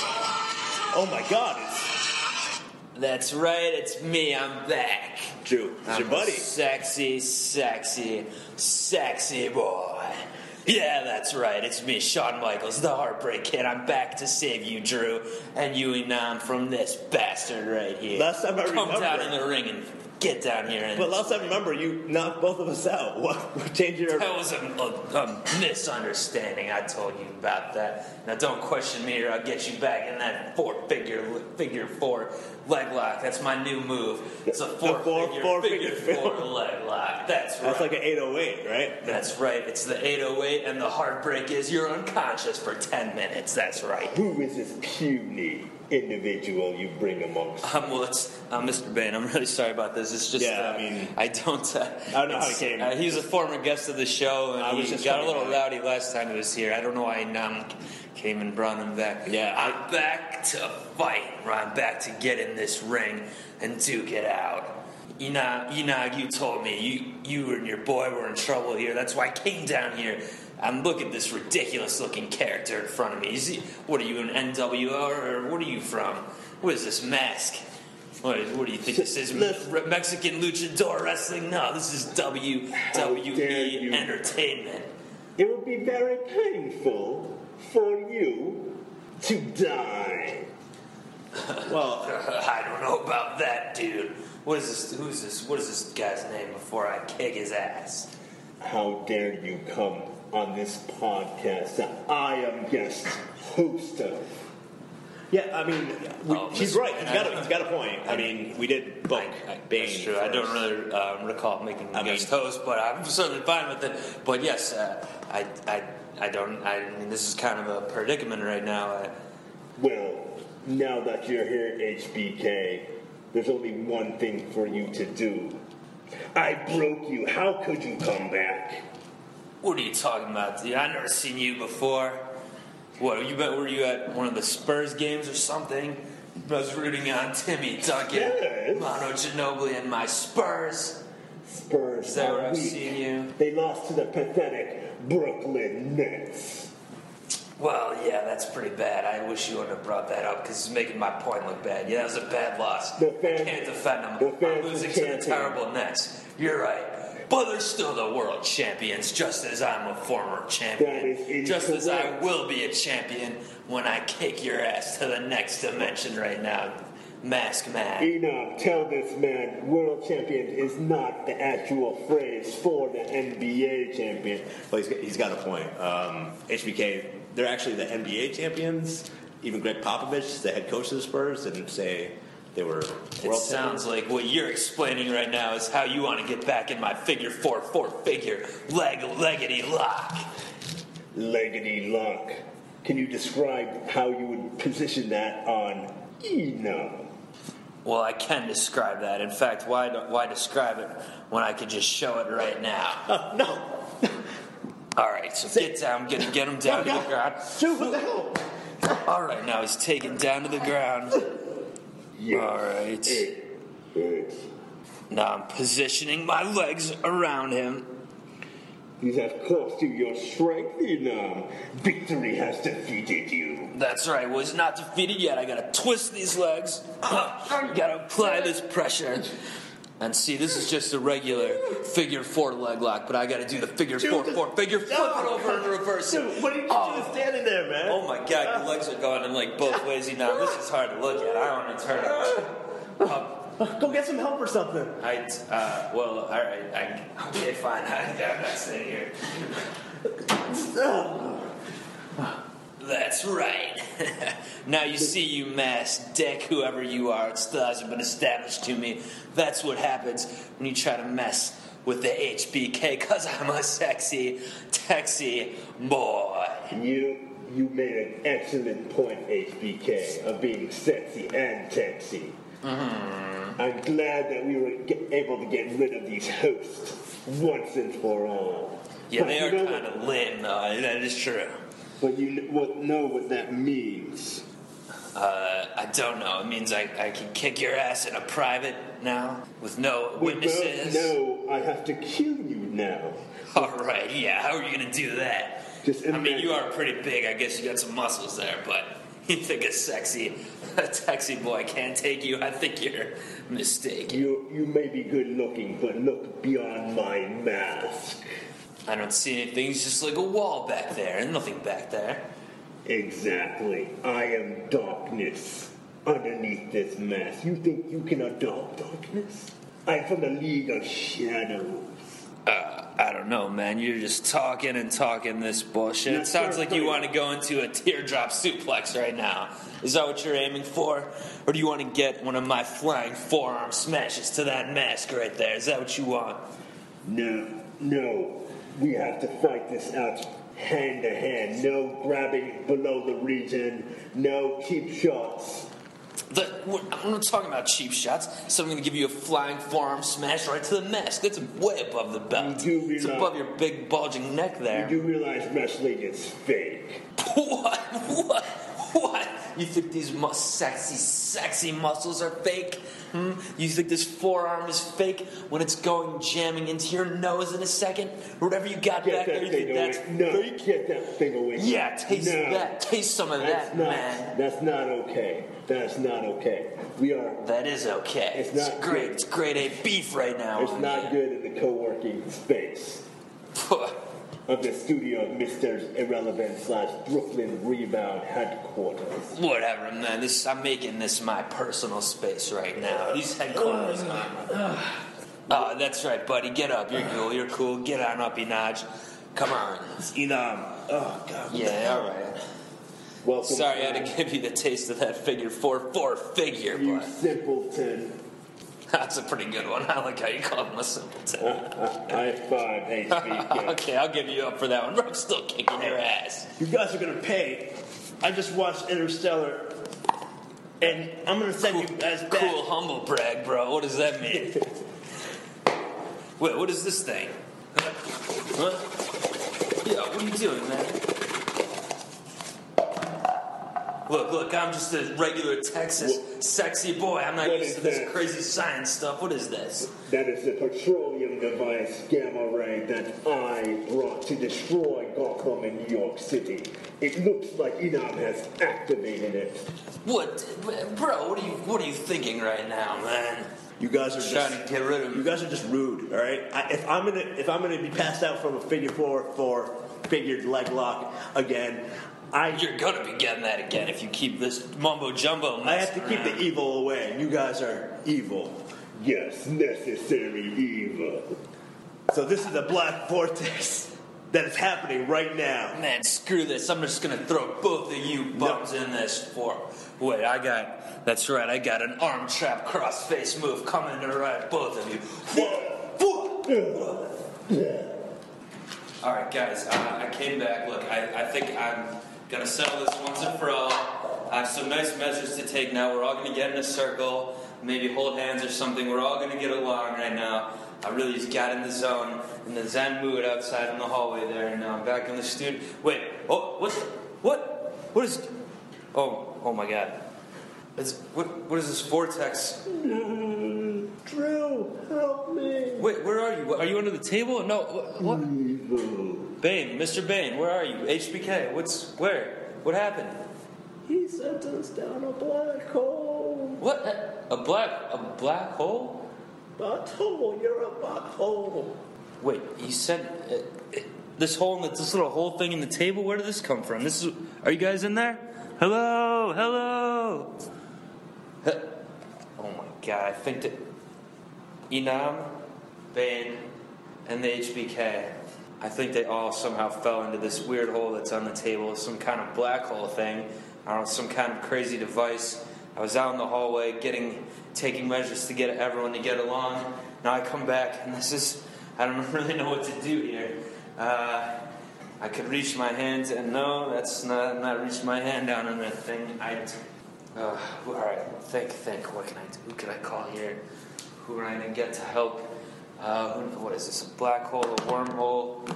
Oh my God, it's
That's right, it's me. I'm back.
Drew, it's
I'm
your
a
buddy.
Sexy, sexy, sexy boy. Yeah, that's right. It's me, Shawn Michaels, the Heartbreak Kid. I'm back to save you, Drew, and you, Enam, from this bastard right here.
Last time I
Come
remember-
down in the ring and get down here. And
But last time, remember, you knocked both of us out. What? Change your.
that was a, a, a misunderstanding. I told you about that. Now don't question me, or I'll get you back in that four figure figure four leg lock. That's my new move. It's a four,
four-
figure,
four
figure,
figure
four leg lock. That's right.
That's like an 808, right?
That's right. It's the 808, and the heartbreak is you're unconscious for ten minutes. That's right.
Who is this puny individual you bring amongst?
Um, well, it's uh, Mr. Bain. I'm really sorry about this. It's just,
Yeah,
uh,
I mean-
I don't. Uh,
I don't know how
it's-
he came.
Uh, he's a former guest of the show, and
I
he
was just
got a
coming
little
back.
rowdy last time he was here. I don't know why Nam came and brought him back.
Yeah, I-
I'm back to fight. or I'm back to get in this ring and duke it out. Inag, Inag, you told me you you and your boy were in trouble here. That's why I came down here. I'm look at this ridiculous looking character in front of me. Is he, what are you an NWO or what are you from? What is this mask? What, what do you think this is? Re- Mexican luchador wrestling? No, this is
dare you.
WWE entertainment.
It would be very painful for you to die.
Well,
I don't know about that, dude. What is this? Who's this? What is this guy's name? Before I kick his ass.
How dare you come on this podcast that I am guest host of?
yeah, I mean, we,
Oh,
he's
listen,
right. He's got, a, he's got a point. I mean, we did book Bane.
That's true. I don't
first.
really um, recall making the
I mean-
guest host, but I'm certainly fine with it. But yes, uh, I, I, I don't. I mean, this is kind of a predicament right now. Uh, I,
Well, now that you're here, HBK, there's only one thing for you to do. I broke you. How could you come back?
what are you talking about, dude? I've never seen you before. What? You bet? Were you at one of the Spurs games or something? I was rooting on Timmy Duncan,
Yes.
Mono Ginobili, and my Spurs.
Spurs
Is that where
are
I've
weak.
seen you?
They lost to the pathetic Brooklyn Nets.
Well, yeah, that's pretty bad. I wish you wouldn't have brought that up because it's making my point look bad. Yeah, that was a bad loss.
The fans-
I can't defend
the
them.
fans
I'm losing
are
to the
chanting.
terrible Nets. You're right. But they're still the world champions, just as I'm a former champion.
That is
just as I
incorrect.
will be a champion when I kick your ass to the next dimension right now, Mask Man.
Enoch, tell this man world champion is not the actual phrase for the NBA champion.
Well, he's, he's got a point. Um, HBK, they're actually the NBA champions. Even Greg Popovich, the head coach of the Spurs, didn't say they were world
It
champions.
sounds like what you're explaining right now is how you want to get back in my figure four four figure leg leggedy lock.
Leggedy lock. Can you describe how you would position that on Enoch?
Well, I can describe that. In fact, why why describe it when I could just show it right now?
Oh, no.
All right, so get down, get get him down to the ground.
Dude, what the hell?
All right, now he's taken down to the ground. All right,
Good.
now I'm positioning my legs around him.
You have cost you your strength, Enam. Victory has defeated you.
That's right. Well, he's not defeated yet. I gotta twist these legs. gotta apply this pressure. And see, this is just a regular figure four leg lock, but I gotta do the figure four four figure flip it over and reverse it.
Dude, what are you
Oh.
doing standing there, man?
Oh my god, your legs are going in like both ways. You know, this is hard to look at. I want to turn up.
Go get some help or something.
I, uh, well, alright, I, okay, fine. I, I'm not sitting here. That's right. now you see, you mass dick, whoever you are, it still hasn't been established to me. That's what happens when you try to mess with the HBK, cause I'm a sexy, texy boy.
You you made an excellent point, HBK, of being sexy and sexy.
Mm-hmm.
I'm glad that we were ge- able to get rid of these hosts once and for all.
Yeah,
But
they
you
are
know
kind
what-
of lame, though. That is true.
But you kn- what- know what that means.
Uh, I don't know. It means I, I can kick your ass in a private now with no
We
witnesses.
both know I have to kill you now.
All right, yeah. How are you gonna do that?
Just
I mean,
imagine-
you are pretty big. I guess you got some muscles there, but you think a sexy, a sexy boy can't take you? I think you're mistaken.
You you may be good looking, but look beyond my mask.
I don't see anything. It's just like a wall back there, and nothing back there.
Exactly. I am darkness underneath this mask. You think you can adopt darkness? I am from the League of Shadows.
Uh, I don't know, man. You're just talking and talking this bullshit.
Yeah,
It sounds
sure,
like you
sure.
want to go into a teardrop suplex right now. Is that what you're aiming for? Or do you want to get one of my flying forearm smashes to that mask right there? Is that what you want?
No, no. We have to fight this out hand to hand. No grabbing below the region. No cheap shots.
The, what, I'm not talking about cheap shots, so I'm going to give you a flying forearm smash right to the mask. That's way above the belt.
You do
it's
realize-
above your big bulging neck there.
You do realize wrestling is fake.
What? What? What? You think these mus- sexy, sexy muscles are fake? Hmm? You think this forearm is fake when it's going jamming into your nose in a second? Or whatever you got back
Get
there, you
that
think
thing
that's
away. No,
fake?
get that thing away.
Yeah, taste
No.
that. Taste some of
That's
that,
not.
man.
That's not okay. That's not okay. We are.
That is okay.
It's not
great.
good.
It's great A beef right now.
It's not good in the co-working space of the studio of Mr. Irrelevant slash Brooklyn Rebound headquarters.
Whatever, man. This I'm making this my personal space right now. These headquarters. oh, that's right, buddy. Get up. You're cool. You're cool. Get on up, Enaj. Come on.
Enam. Oh, God.
Yeah, all right.
Welcome.
Sorry, I had to give you the taste of that figure four four figure,
you
but
simpleton.
That's a pretty good one. I like how you call him a simpleton.
High five, HBK.
okay, I'll give you up for that one. But I'm still kicking your ass.
You guys are gonna pay. I just watched Interstellar, and I'm gonna send you guys back.
Cool humble brag, bro. What does that mean? Wait, what is this thing? Huh? Yeah, what are you doing, man? Look, look, I'm just a regular Texas sexy boy. I'm not
What
used to
is
this
that?
crazy science stuff. What is this?
That is the petroleum device gamma ray that I brought to destroy Gotham in New York City. It looks like Enam has activated it.
What, bro? What are you? What are you thinking right now, man?
You guys are
Trying
just
to get rid of
you
me.
guys are just rude. All right. I, if I'm gonna if I'm gonna be passed out from a figure four for figured leg lock again, I
You're gonna be getting that again if you keep this mumbo jumbo.
I have to keep the evil away. and You guys are evil.
Yes, necessary evil.
So this is a black vortex that is happening right now.
Man, screw this. I'm just gonna throw both of you bums in this for. Wait, I got. That's right, I got an arm trap cross face move coming to right both of you. Alright, guys, uh, I, I came back. Look, I, I think I'm gonna settle this once and for all. I have some nice measures to take now. We're all gonna get in a circle, maybe hold hands or something. We're all gonna get along right now. I really just got in the zone, in the zen mood outside in the hallway there, and now I'm back in the studio. Wait, oh, what? What? What is. Oh, oh my god. It's, what, what is this vortex?
Mm, Drill, help me.
Wait, where are you? Are you under the table? No, wh- what?
Evil.
Bane, Mr. Bane, where are you? HBK, what's where? What happened?
He sent us down a black hole.
What? A black a black hole?
Butthole, you're a butthole.
Wait, you said uh, uh, this hole in the, this little hole thing in the table. Where did this come from? This is. Are you guys in there? Hello, hello. Huh. Oh my god! I think that Enam, Bane, and the HBK. I think they all somehow fell into this weird hole that's on the table, some kind of black hole thing. I don't know, some kind of crazy device. I was out in the hallway getting, taking measures to get everyone to get along. Now I come back, and this is, I don't really know what to do here. Uh, I could reach my hands, and no, that's not, I'm not reaching my hand down on that thing. I, uh, all right, think, think. What can I do? Who can I call here? Who am I gonna get to help? Uh, who, what is this? A black hole? A wormhole?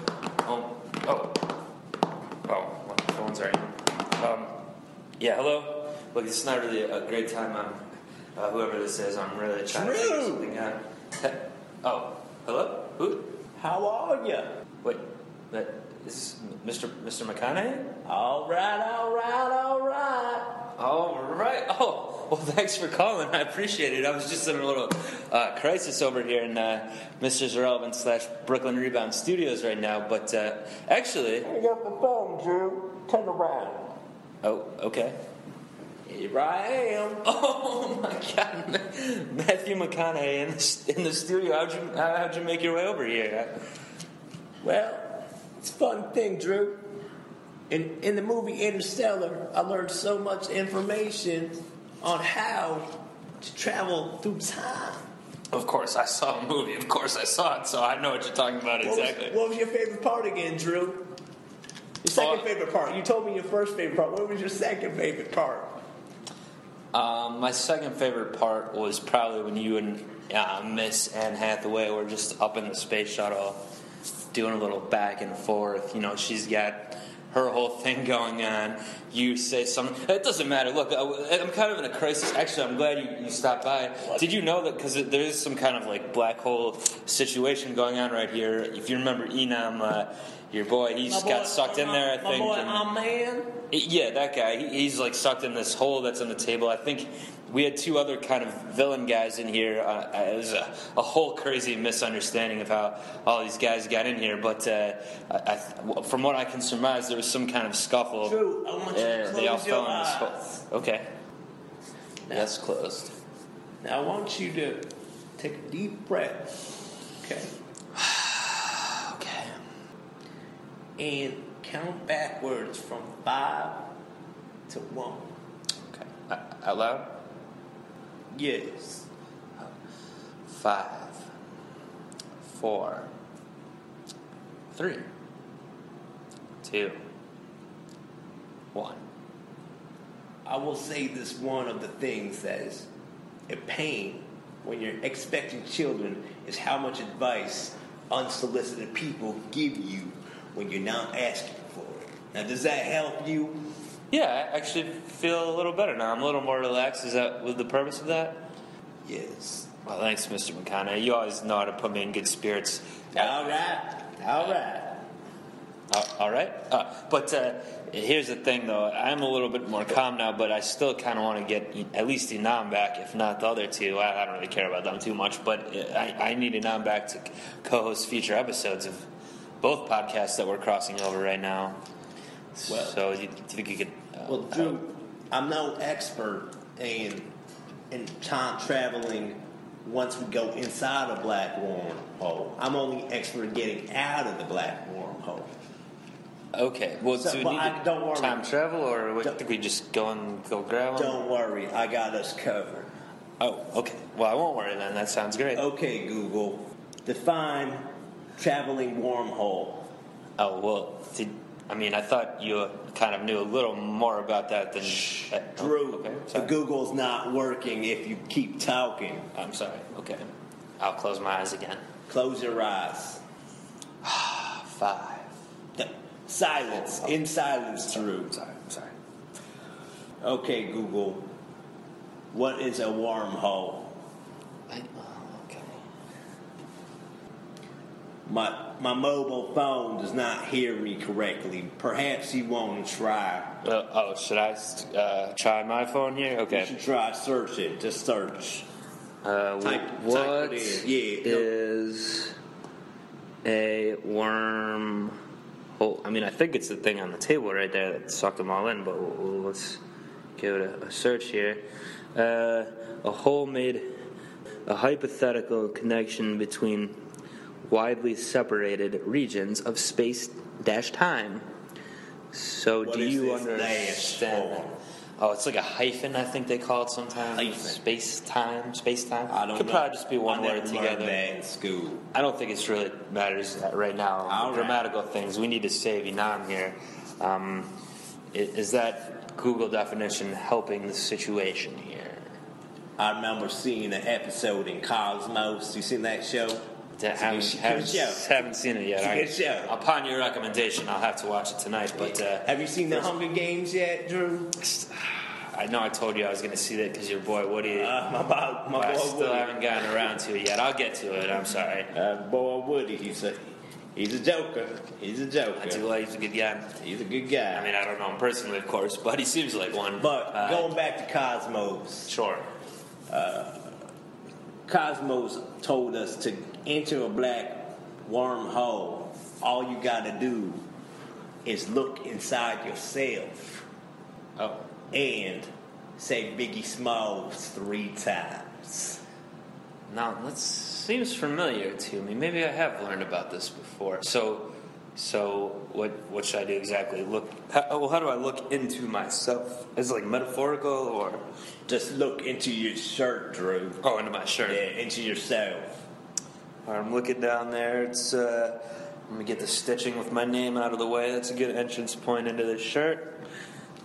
Oh, oh, oh! My phone's already. Um, yeah, hello. Look, it's not really a great time. I'm uh, whoever this is. I'm really trying to figure
Drew!
something out. oh, hello. Who?
How are you?
Wait, that is this Mr. Mr. McConaughey?
All right, all right, all right.
All right. Oh, well, thanks for calling. I appreciate it. I was just in a little uh, crisis over here in uh, Mr. Irrelevant slash Brooklyn Rebound Studios right now. But uh, actually,
Hang up the phone, Drew. Turn around.
oh, okay.
Here I am.
Oh my God, Ma- Matthew McConaughey in the, st- in the studio. How'd you how- how'd you make your way over here?
Well, it's a fun thing, Drew. In, in the movie Interstellar, I learned so much information on how to travel through time.
Of course, I saw a movie. Of course, I saw it. So I know what you're talking about
What was-
exactly.
What was, your favorite part again, Drew? Your second
Uh,
favorite part. You told me your first favorite part. What was your second favorite part?
Um, my second favorite part was probably when you and uh, Miss Anne Hathaway were just up in the space shuttle doing a little back and forth. You know, she's got her whole thing going on. You say something. It doesn't matter. Look, I, am kind of in a crisis. Actually, I'm glad you, you stopped by. Did you know that? Because there is some kind of like black hole situation going on right here. If you remember Enam, uh, your boy, he just got sucked in there, I
my
think.
boy,
and-
my man.
yeah, that guy. He, he's like sucked in this hole that's on the table. I think we had two other kind of villain guys in here. Uh, it was a, a whole crazy misunderstanding of how all these guys got in here. But uh, I, I, from what I can surmise, there was some kind of scuffle.
Drew, I want you to
Yeah, they all
close
fell
your
in this
eyes.
hole. Okay. That's closed.
Now I want you to take a deep breath. Okay.
Okay.
And count backwards from five to one.
Okay. Uh, out loud.
Yes.
five, four, three, two, one.
I will say this one of the things that is a pain when you're expecting children is how much advice unsolicited people give you when you're not asking for it. Now, does that help you?
Yeah, I actually feel a little better now. I'm a little more relaxed. Is that with the purpose of that?
Yes.
Well, thanks, Mr. McConaughey. You always know how to put me in good spirits.
All right. All right.
Uh, all right. Uh, but uh, here's the thing, though. I'm a little bit more calm now, but I still kind of want to get E- at least Enam back, if not the other two. I, I don't really care about them too much, but uh, I, I need Enam back to co host future episodes of both podcasts that we're crossing over right now.
Well-
so, you, do you think you could. Uh,
Well, Drew, I'm no expert in in time traveling. Once we go inside a black wormhole, I'm only expert in getting out of the black wormhole.
okay. Well,
So-
do we
but
need
I-
to
don't worry.
time travel, or we,
Don't-
think we just go and go grab them?
Don't worry, I got us covered.
Oh, okay. Well, I won't worry then. That sounds great.
Okay, Google, define traveling wormhole.
Oh well, did, I mean, I thought you kind of knew a little more about that than uh, oh,
Drew,
Okay,
the
sorry.
Google's not working if you keep talking.
I'm sorry. Okay, I'll close my eyes again.
Close your eyes.
Five.
Th- Silence. In silence, Drew.
I'm sorry. I'm sorry.
Okay, Google, what is a wormhole?
I, oh, okay.
My, my mobile phone does not hear me correctly. Perhaps you want to try.
Uh, oh, should I uh, try my phone here?
You
Okay.
should try search it. Just search.
Uh, wh-
Type- type it
what
in. Yeah, no.
is a worm hole? I mean, I think it's the thing on the table right there that sucked them all in, but w- w- let's give it a, a search here. Uh, a hole made a hypothetical connection between widely separated regions of space dash time. So,
What
do
is
you
this
understand?
dash
that?
hole?
Oh, it's like a hyphen, I think they call it sometimes.
Hyphen.
Space time, space time.
I don't
Could
know.
probably just be one
I
word
never learned
together.
that in school.
I don't think it's really matters right now.
All right.
Grammatical things. We need to save Inam here. Um, i- is that Google definition helping the situation here?
I remember seeing an episode in Cosmos. You seen that show?
That haven't,
It's a good
haven't-
show.
haven't seen it yet.
It's a
I-
good show.
Upon your recommendation, I'll have to watch it tonight. But uh,
Have you seen the Hunger Games yet, Drew?
I know I told you I was going to see that because your boy Woody.
Uh, my bo-
but
my
I
boy
still
Woody.
haven't gotten around to it yet. I'll get to it. I'm sorry.
Uh, boy Woody, he's a he's a joker. He's a
I do
joker.
like he's a good guy.
He's a good guy.
I mean, I don't know him personally, of course, but he seems like one.
but
Uh,
going back to Cosmos,
sure.
Cosmos told us to enter a black wormhole. All you gotta do is look inside yourself
Oh,
and say Biggie Smalls three times.
now that seems familiar to me. Maybe I have learned about this before. So, so what? What should I do exactly? Look. How, well, how do I look into myself? Is it like metaphorical or
Just look into your shirt, Drew.
oh, into my shirt?
Yeah, into yourself.
All right, I'm looking down there. It's uh, let me get the stitching with my name out of the way. That's a good entrance point into the shirt.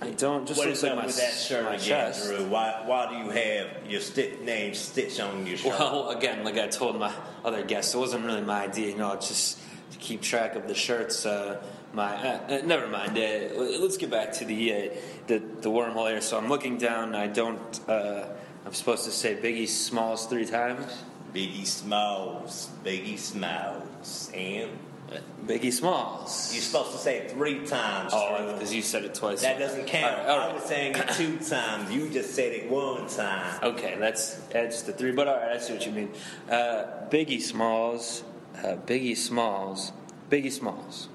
I don't just
What
looks
is
like
up
my,
with that
s-
shirt
my
again,
chest.
Drew? Why, why do you have your sti- name stitched on your shirt?
Well, again, like I told my other guests, it wasn't really my idea. You know, it's just to keep track of the shirts. Uh, my, uh, uh, never mind. Uh, let's get back to the uh, the the wormhole here. So I'm looking down. I don't. Uh, I'm supposed to say Biggie Smalls three times.
Biggie Smalls, Biggie Smalls, and
Biggie Smalls.
you're supposed to say it three times.
oh,
Drew.
because you said it twice.
that doesn't count.
All right, all right.
I was saying it two times. You just said it one time.
Okay, that's that's the three. But all right, I see what you mean. Uh, Biggie Smalls, uh, Biggie Smalls, Biggie Smalls.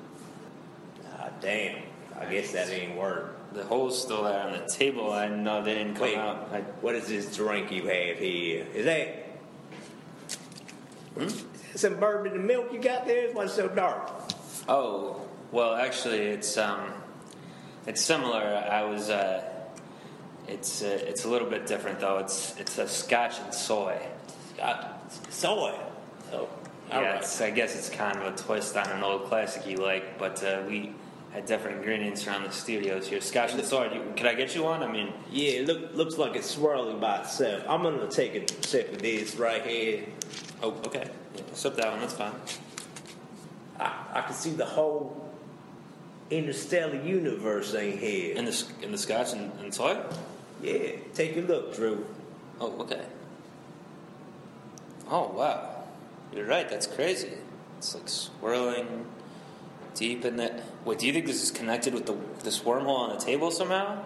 Ah, damn. I guess that didn't work.
The hole's still there on the table. I know they didn't come
Wait,
out. I,
what is this drink you have here? Is that hmm? some bourbon and milk you got there? Why it's so dark?
oh, well, actually, it's um, it's similar. I was uh, it's uh, it's a little bit different though. It's it's a Scotch and soy.
Scotch, So what? So, all
yeah,
right.
it's, I guess it's kind of a twist on an old classic you like, but uh, we had different ingredients around the studios here. Scotch and Sword, you, could I get you one? I mean,
Yeah, it look, looks like it's swirling by itself. I'm gonna take a sip of this right here.
oh, okay. Yeah, sip that one, that's fine.
I, I can see the whole interstellar universe in here.
And the, s- and the Scotch and, and soy?
Yeah, take a look, Drew.
Oh, okay. Oh, wow. You're right, that's crazy. It's like swirling deep in that. Wait, do you think this is connected with the, this wormhole on the table somehow?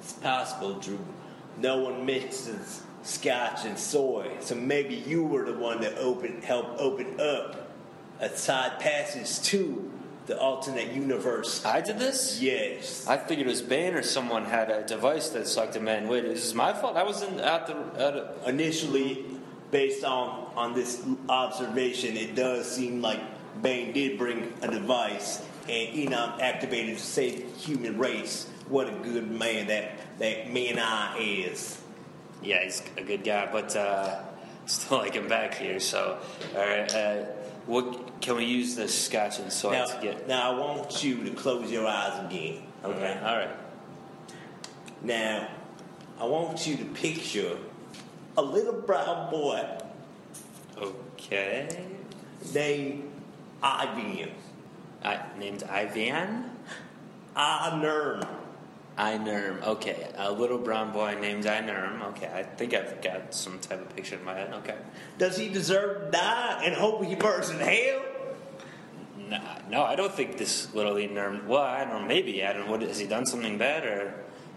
It's possible, Drew. No one mixes scotch and soy, so maybe you were the one that opened, helped open up a side passage to the alternate universe.
I did this?
Yes.
I figured it was Bane or someone had a device that sucked him in. Wait, is this my fault? I wasn't at the. At a,
initially, based on on this observation, it does seem like Bane did bring a device, and Enom activated to save human race. What a good man that that man I is.
yeah, he's a good guy, but uh, still like him back here. So, all right, uh, what can we use this scotch and soy
Now,
to get?
now I want you to close your eyes again.
Okay, all right.
Now, I want you to picture a little brown boy
Okay,
named Ivan.
I named Ivan
Inerm.
Inerm. E Okay, a little brown boy named Inerm. Okay, I think I've got some type of picture in my head. Okay,
Does he deserve to die and hope he burns in hell?
no, no I don't think this little Inerm. Well, I don't know. Maybe I don't. What has he done something bad or?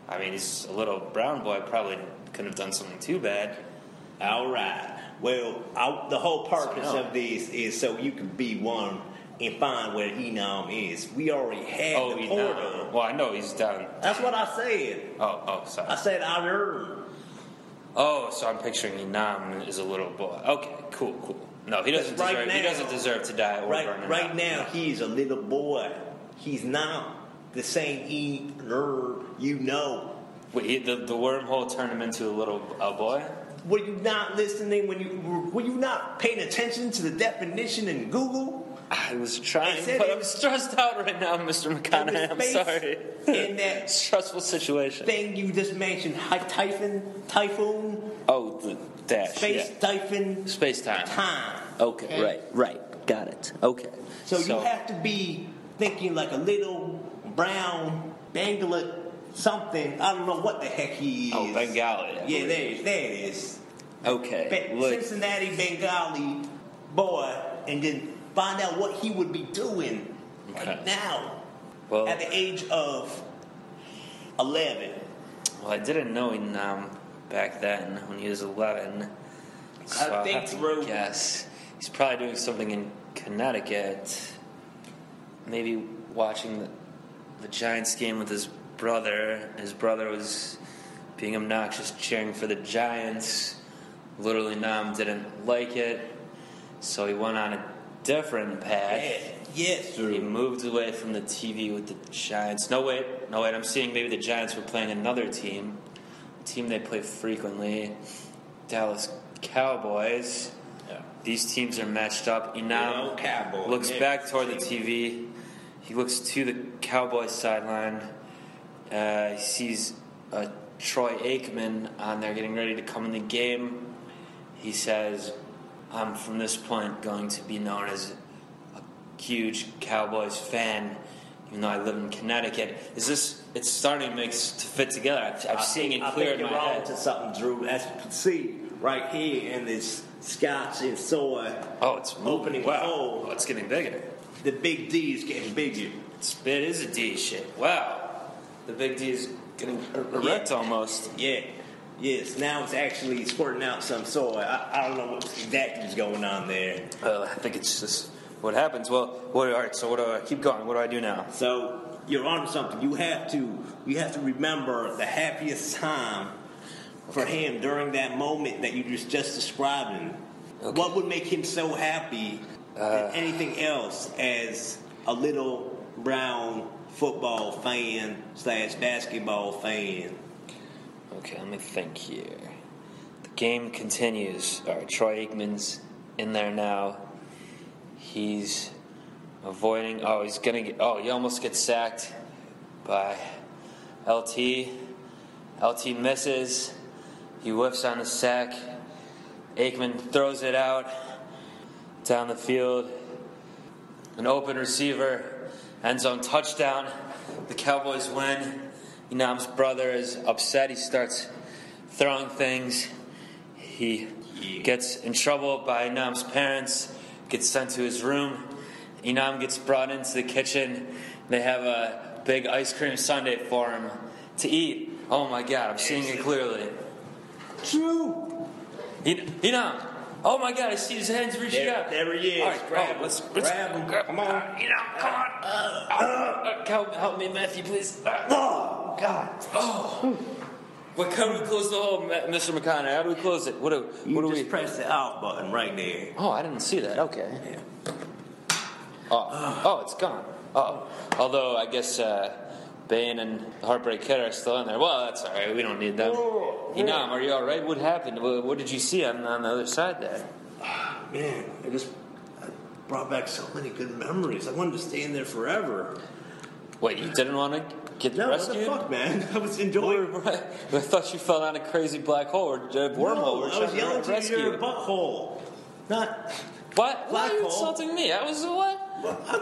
I mean, he's a little brown boy. Probably couldn't have done something too bad.
All right. Well, I, the whole purpose
So no.
of this is so you can be one and find where Enom is. We already had
Oh,
the
he
portal.
no. Well, I know he's done.
That's what I said.
Oh, oh,
I
sorry.
said I earned.
Oh, so I'm picturing Inam as a little boy. Okay, cool, cool. No, he doesn't
Right
deserve. he
now-
doesn't deserve to die or burn
Right,
in
right
hell.
now, he's a little boy. He's not the same Enom you know.
Wait, he, the, the wormhole turned him into a little a boy.
Were you not listening? When you were, were you not paying attention to the definition in Google?
I was trying,
They said
but
it-
I'm stressed out right now, Mr. McConaughey. I'm
space
sorry.
in that-
stressful situation.
Thing you just mentioned, hy- typhon, typhoon,
oh, the dash.
space typhon,
yeah. space time.
time.
Okay,
Okay.
right, right, got it. Okay.
So, you have to be thinking like a little brown Bangla something. I don't know what the heck he is.
Oh, Bengali. I
Yeah,
believe.
there, it- there it is.
Okay.
Ba-
look.
Cincinnati Bengali boy, and then find out what he would be doing
Okay.
right now
Well-
at the age of 11.
Well, I didn't know him um, back then when he was 11. So I'll
think
have to
through.
guess. He's probably doing something in Connecticut. Maybe watching the, the Giants game with his brother. His brother was being obnoxious, cheering for the Giants. Literally, Nam didn't like it. So he went on a different path.
Yes, yes,
He
Drew.
moved away from the TV with the Giants. No, wait, no, wait. I'm seeing maybe the Giants were playing another team, a team they play frequently, Dallas Cowboys.
Yeah.
These teams are matched up.
Good
Enam
old cowboy.
looks
Yeah.
back toward the TV. He looks to the Cowboys sideline. Uh, he sees uh, Troy Aikman on there getting ready to come in the game. He says, I'm from this point going to be known as a huge Cowboys fan, even though I live in Connecticut. Is this, it's starting to, make, s- to fit together. I'm, I'm seeing
think-
it clear
I think
in
you're
my
wrong
head.
to something, Drew. As you can see right here in this scotch and soy,
Oh, it's
opening
moving. Wow.
hole.
Oh, it's getting bigger.
the big D is getting bigger.
It's, it is a D shit. Wow. The big D is getting er- erect almost.
Yeah. Yes, now it's actually squirting out some soy. I, I don't know what exactly is going on there.
Uh, I think it's just what happens. Well, what, all right, so what do I keep going? What do I do now?
So you're onto something. You have to you have to remember the happiest time for him during that moment that you just just describing.
Okay. Uh.
What would make him so happy than anything else as a little brown football fan slash basketball fan?
Okay, let me think here. The Game continues. All right, Troy Aikman's in there now. He's avoiding. Oh, he's gonna get. Oh, he almost gets sacked by LT. LT misses. He whiffs on the sack. Aikman throws it out down the field. An open receiver, end zone touchdown. The Cowboys win. Enam's brother is upset. He starts throwing things. He gets in trouble by Enam's parents, gets sent to his room. Enam gets brought into the kitchen. They have a big ice cream sundae for him to eat. Oh my god, I'm seeing it clearly.
Drew,
En- Enam! Oh my god, I see his hands reaching
There-
out.
there he is.
All right,
Grab
oh,
him.
let's, let's
Grab him.
Come on. Enam, come on. Uh, help, help me, Matthew, please. Uh,
oh God,
Oh. What, how do we close the hole, Ma- Mr. McConaughey? How do we close it? What do,
you
what do we?
just press the out button right there.
Oh, I didn't see that. Okay. Oh, oh, it's gone. Oh, although I guess uh, Bane and Heartbreak Kid are still in there. Well, that's all right. We don't need them. Enam, are you all right? What happened? What, what did you see on, on the other side there?
Man, I just I brought back so many good memories. I wanted to stay in there forever.
Wait, you didn't want to get
No,
rescued?
what the fuck, man? I was
Or-
enjoying.
I thought you fell down a crazy black hole or uh, wormhole.
No,
or
I was
something.
yelling to
rescue.
you, you're a butthole. Not.
What? Why
Black
are you
hole.
insulting me? I was what?
Well, I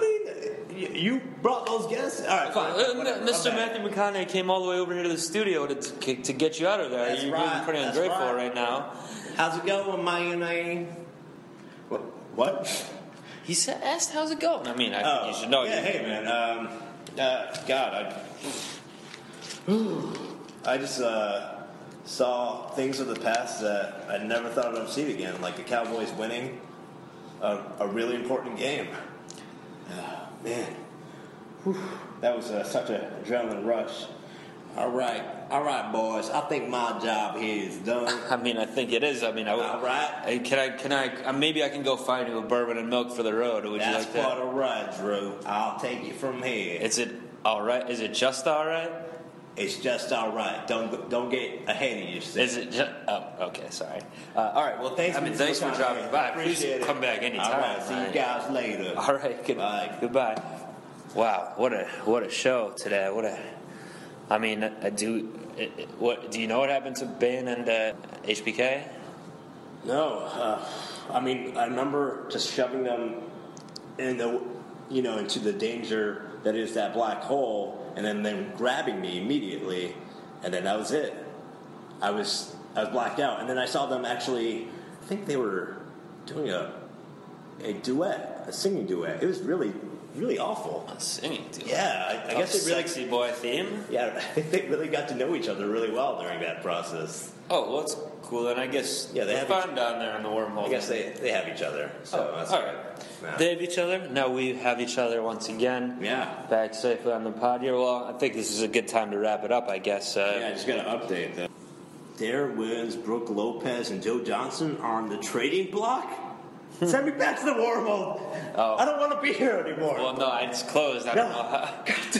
mean, y- you brought those guests. All right, fine.
Uh, M-
whatever, I'm
Mr.
back.
Matthew McConaughey came all the way over here to the studio to, to, to get you out of there.
That's
You're being
right,
pretty
that's
ungrateful right.
right.
now.
How's it going, Mayonnaise? What? What?
He sa asked, "How's it going?" I mean, I
Oh,
think you should know.
Yeah,
You-
hey, man. Um, uh, God, I, I just uh, saw things of the past that I never thought I'd see again, like the Cowboys winning a, a really important game. Ah, man, Whew. that was uh, such an adrenaline rush. All right, all right, boys. I think my job here is done.
I mean, I think it is. I mean, I would.
All right.
Hey, Can I? Can I? Uh, maybe I can go find you a bourbon and milk for the road. Would
That's
you like
quite
that?
a ride, Drew. I'll take you from here.
Is it all right? Is it just all right?
It's just all right. Don't don't get ahead of yourself.
Is it just? Oh, okay. Sorry. Uh, all right. Well,
Thanks,
I mean,
Mr.
thanks for
McConaughey.
dropping by. Please
Appreciate it.
come back anytime.
All right, see you
man.
guys later.
All right, good,
Bye.
goodbye. Wow, what a what a show today. What a, I mean, I do. It, it- what do you know? What happened to Ben and uh, HBK?
No, uh, I mean I remember just shoving them in the you know into the danger that is that black hole, and then them grabbing me immediately, and then that was it. I was I was blacked out, and then I saw them actually. I think they were doing a a duet, a singing duet. It was really really awful.
Oh, Singing, dude.
Yeah, I, I guess it really
sexy boy theme.
Yeah, I think they really got to know each other really well during that process.
Oh, well, it's cool. Then I guess
Yeah, they
we're
have
fine down there in the wormhole.
I guess they, they have each other. So
Oh,
that's
all right.
Yeah.
They have each other. Now we have each other once again.
Yeah.
Back safely on the pod here. Well, I think this is a good time to wrap it up. I guess. Uh,
Yeah, I just got an update though. There wins Brooke Lopez and Joe Johnson on the trading block. Send me back to the wormhole.
Hmm. Oh.
I don't want to be here anymore.
Well, no, it's closed. I don't
No.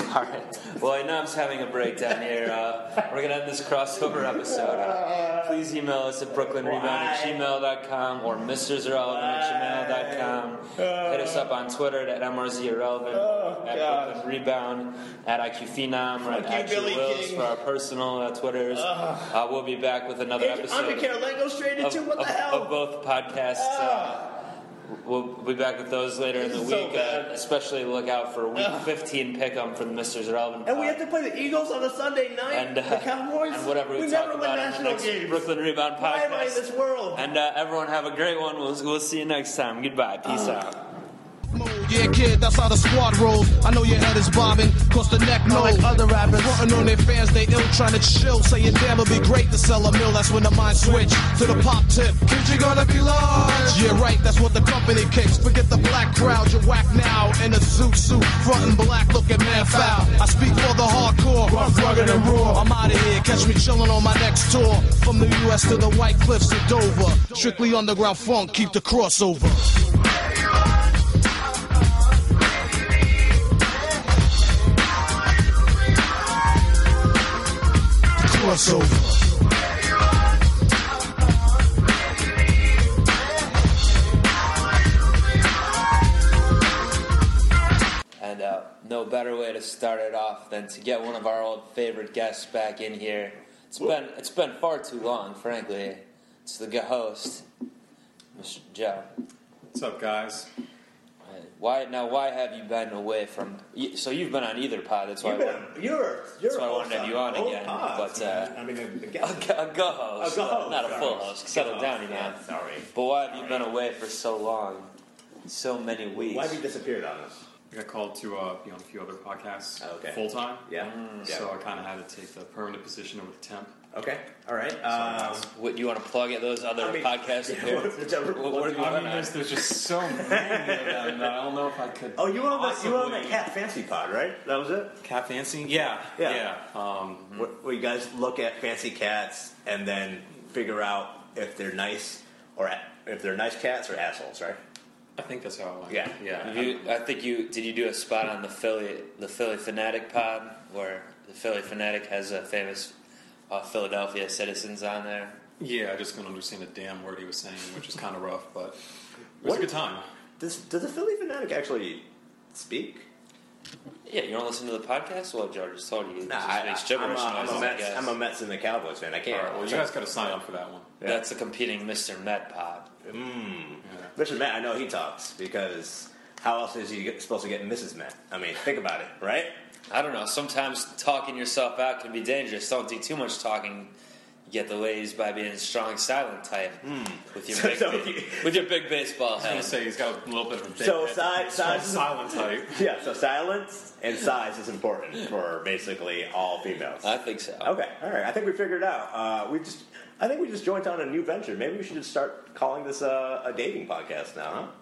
know how. All right. Well, I know I'm just having a breakdown here. Uh, we're going to end this crossover episode. Uh, please email us at brooklynrebound at
Why?
gmail.com or mrsirrelevant at gmail.com. Hit us up on Twitter at mrzirrelevant,
Oh,
at
God.
brooklynrebound, at IQphenom, or at
Fuck you, Billy
IQ Wills
King.
for our personal uh, Twitters. Uh, we'll be back with another
Agent
episode
Undercare, let go straight
of,
into what the
of-
hell? Ah.
of both podcasts. Uh, we'll be back with those later in the
This is so
week.
bad.
uh, especially look out for week 15 pick'em from the Mr. Relevant.
and we
pod.
have to play the Eagles on a Sunday night.
and, uh,
the Cowboys.
and whatever we,
we
talk
never win
about on the
national
next
games.
Brooklyn Rebound
Why am I in
podcast.
this world?
And uh, everyone have a great one. We'll, we'll see you next time. Goodbye. Peace
Ah.
out.
Yeah, kid, that's how the squad rolls. I know your head is bobbing, cause the neck no. Like other rappers, frontin' on their fans, they ill trying to chill. Saying, damn, it'll be great to sell a mill. That's when the mind switch to the pop tip. Bitch, you gonna be large. Yeah, right, that's what the company kicks. Forget the black crowd, you're whack now. In a zoot suit, frontin' black, looking man foul. I speak for the hardcore, rough, rugged, and raw. I'm out of here, catch me chillin' on my next tour. From the US to the White Cliffs of Dover. Strictly underground funk, keep the crossover. crossover.
uh, no better way to start it off than to get one of our old favorite guests back in here. It's been it's been far too long, frankly. It's the g- host, Mr. Joe.
What's up, guys?
Why now? Why have you been away from? y- So you've been on either pod. That's why.
You've
I
been,
wanted-
you're, you're
That's why I
a
wanted to have you on
host both
again,
pods,
but, uh,
man. I mean, a, a
A,
guest.
g- a go host,
A go host,
not a full
sorry.
host. Settle
Go
down,
host,
you
yeah,
know.
sorry.
But why have you been away for so long? So many weeks.
Why have you disappeared on us?
I got called to uh, be on a few other podcasts
Oh, okay.
full time.
Yeah. yeah.
So I kind of had to take the permanent position over the temp.
okay. All right. Um,
What you want to plug at those other
I mean,
podcasts?
yeah,
appear-
whichever
what,
one
what have you
I
been
mean,
on?
there's, there's just so many of them that I don't know if I could.
oh, you were on the you were on the
possibly-
Cat Fancy Pod, right? That was it.
Cat fancy? Yeah,
Yeah.
yeah. Um,
Where, where you guys look at fancy cats and then figure out if they're nice or a- if they're nice cats or assholes, right?
I think that's how it went.
Yeah.
yeah.
You, I think you did. You do a spot on the Philly, the Philly Fanatic Pod, where the Philly Fanatic has a famous uh, Philadelphia citizens on there.
Yeah, I just couldn't understand a damn word he was saying, which is kind of rough, but it was
What-
a good time.
Does does a Philly fanatic actually speak?
Yeah, you don't listen to the podcast? Well, George just told you. It just
I,
makes
am
gibberish
a, I'm,
noises,
a
I
Mets,
guess.
I'm a Mets and the Cowboys fan. I can't.
All right, well, you guys got to sign up for that one.
That's a competing Mr. Met Pod.
Mr. Matt, I know he talks because how else is he get- supposed to get Mrs. Matt? I mean, think about it, right?
I don't know. Sometimes talking yourself out can be dangerous. Don't do too much talking. You get the ladies by being a strong, silent type
Hmm.
with your
So-
big,
so
ba-
if you-
with your big baseball
I
head.
was gonna say he's got a little bit of a
So,
big-
side- side-
silent type.
Yeah. So silence and size is important for basically all females.
I think so.
Okay, all right. I think we figured it out. Uh, we just, I think we just joined on a new venture. Maybe we should just start calling this uh, a dating podcast now, huh?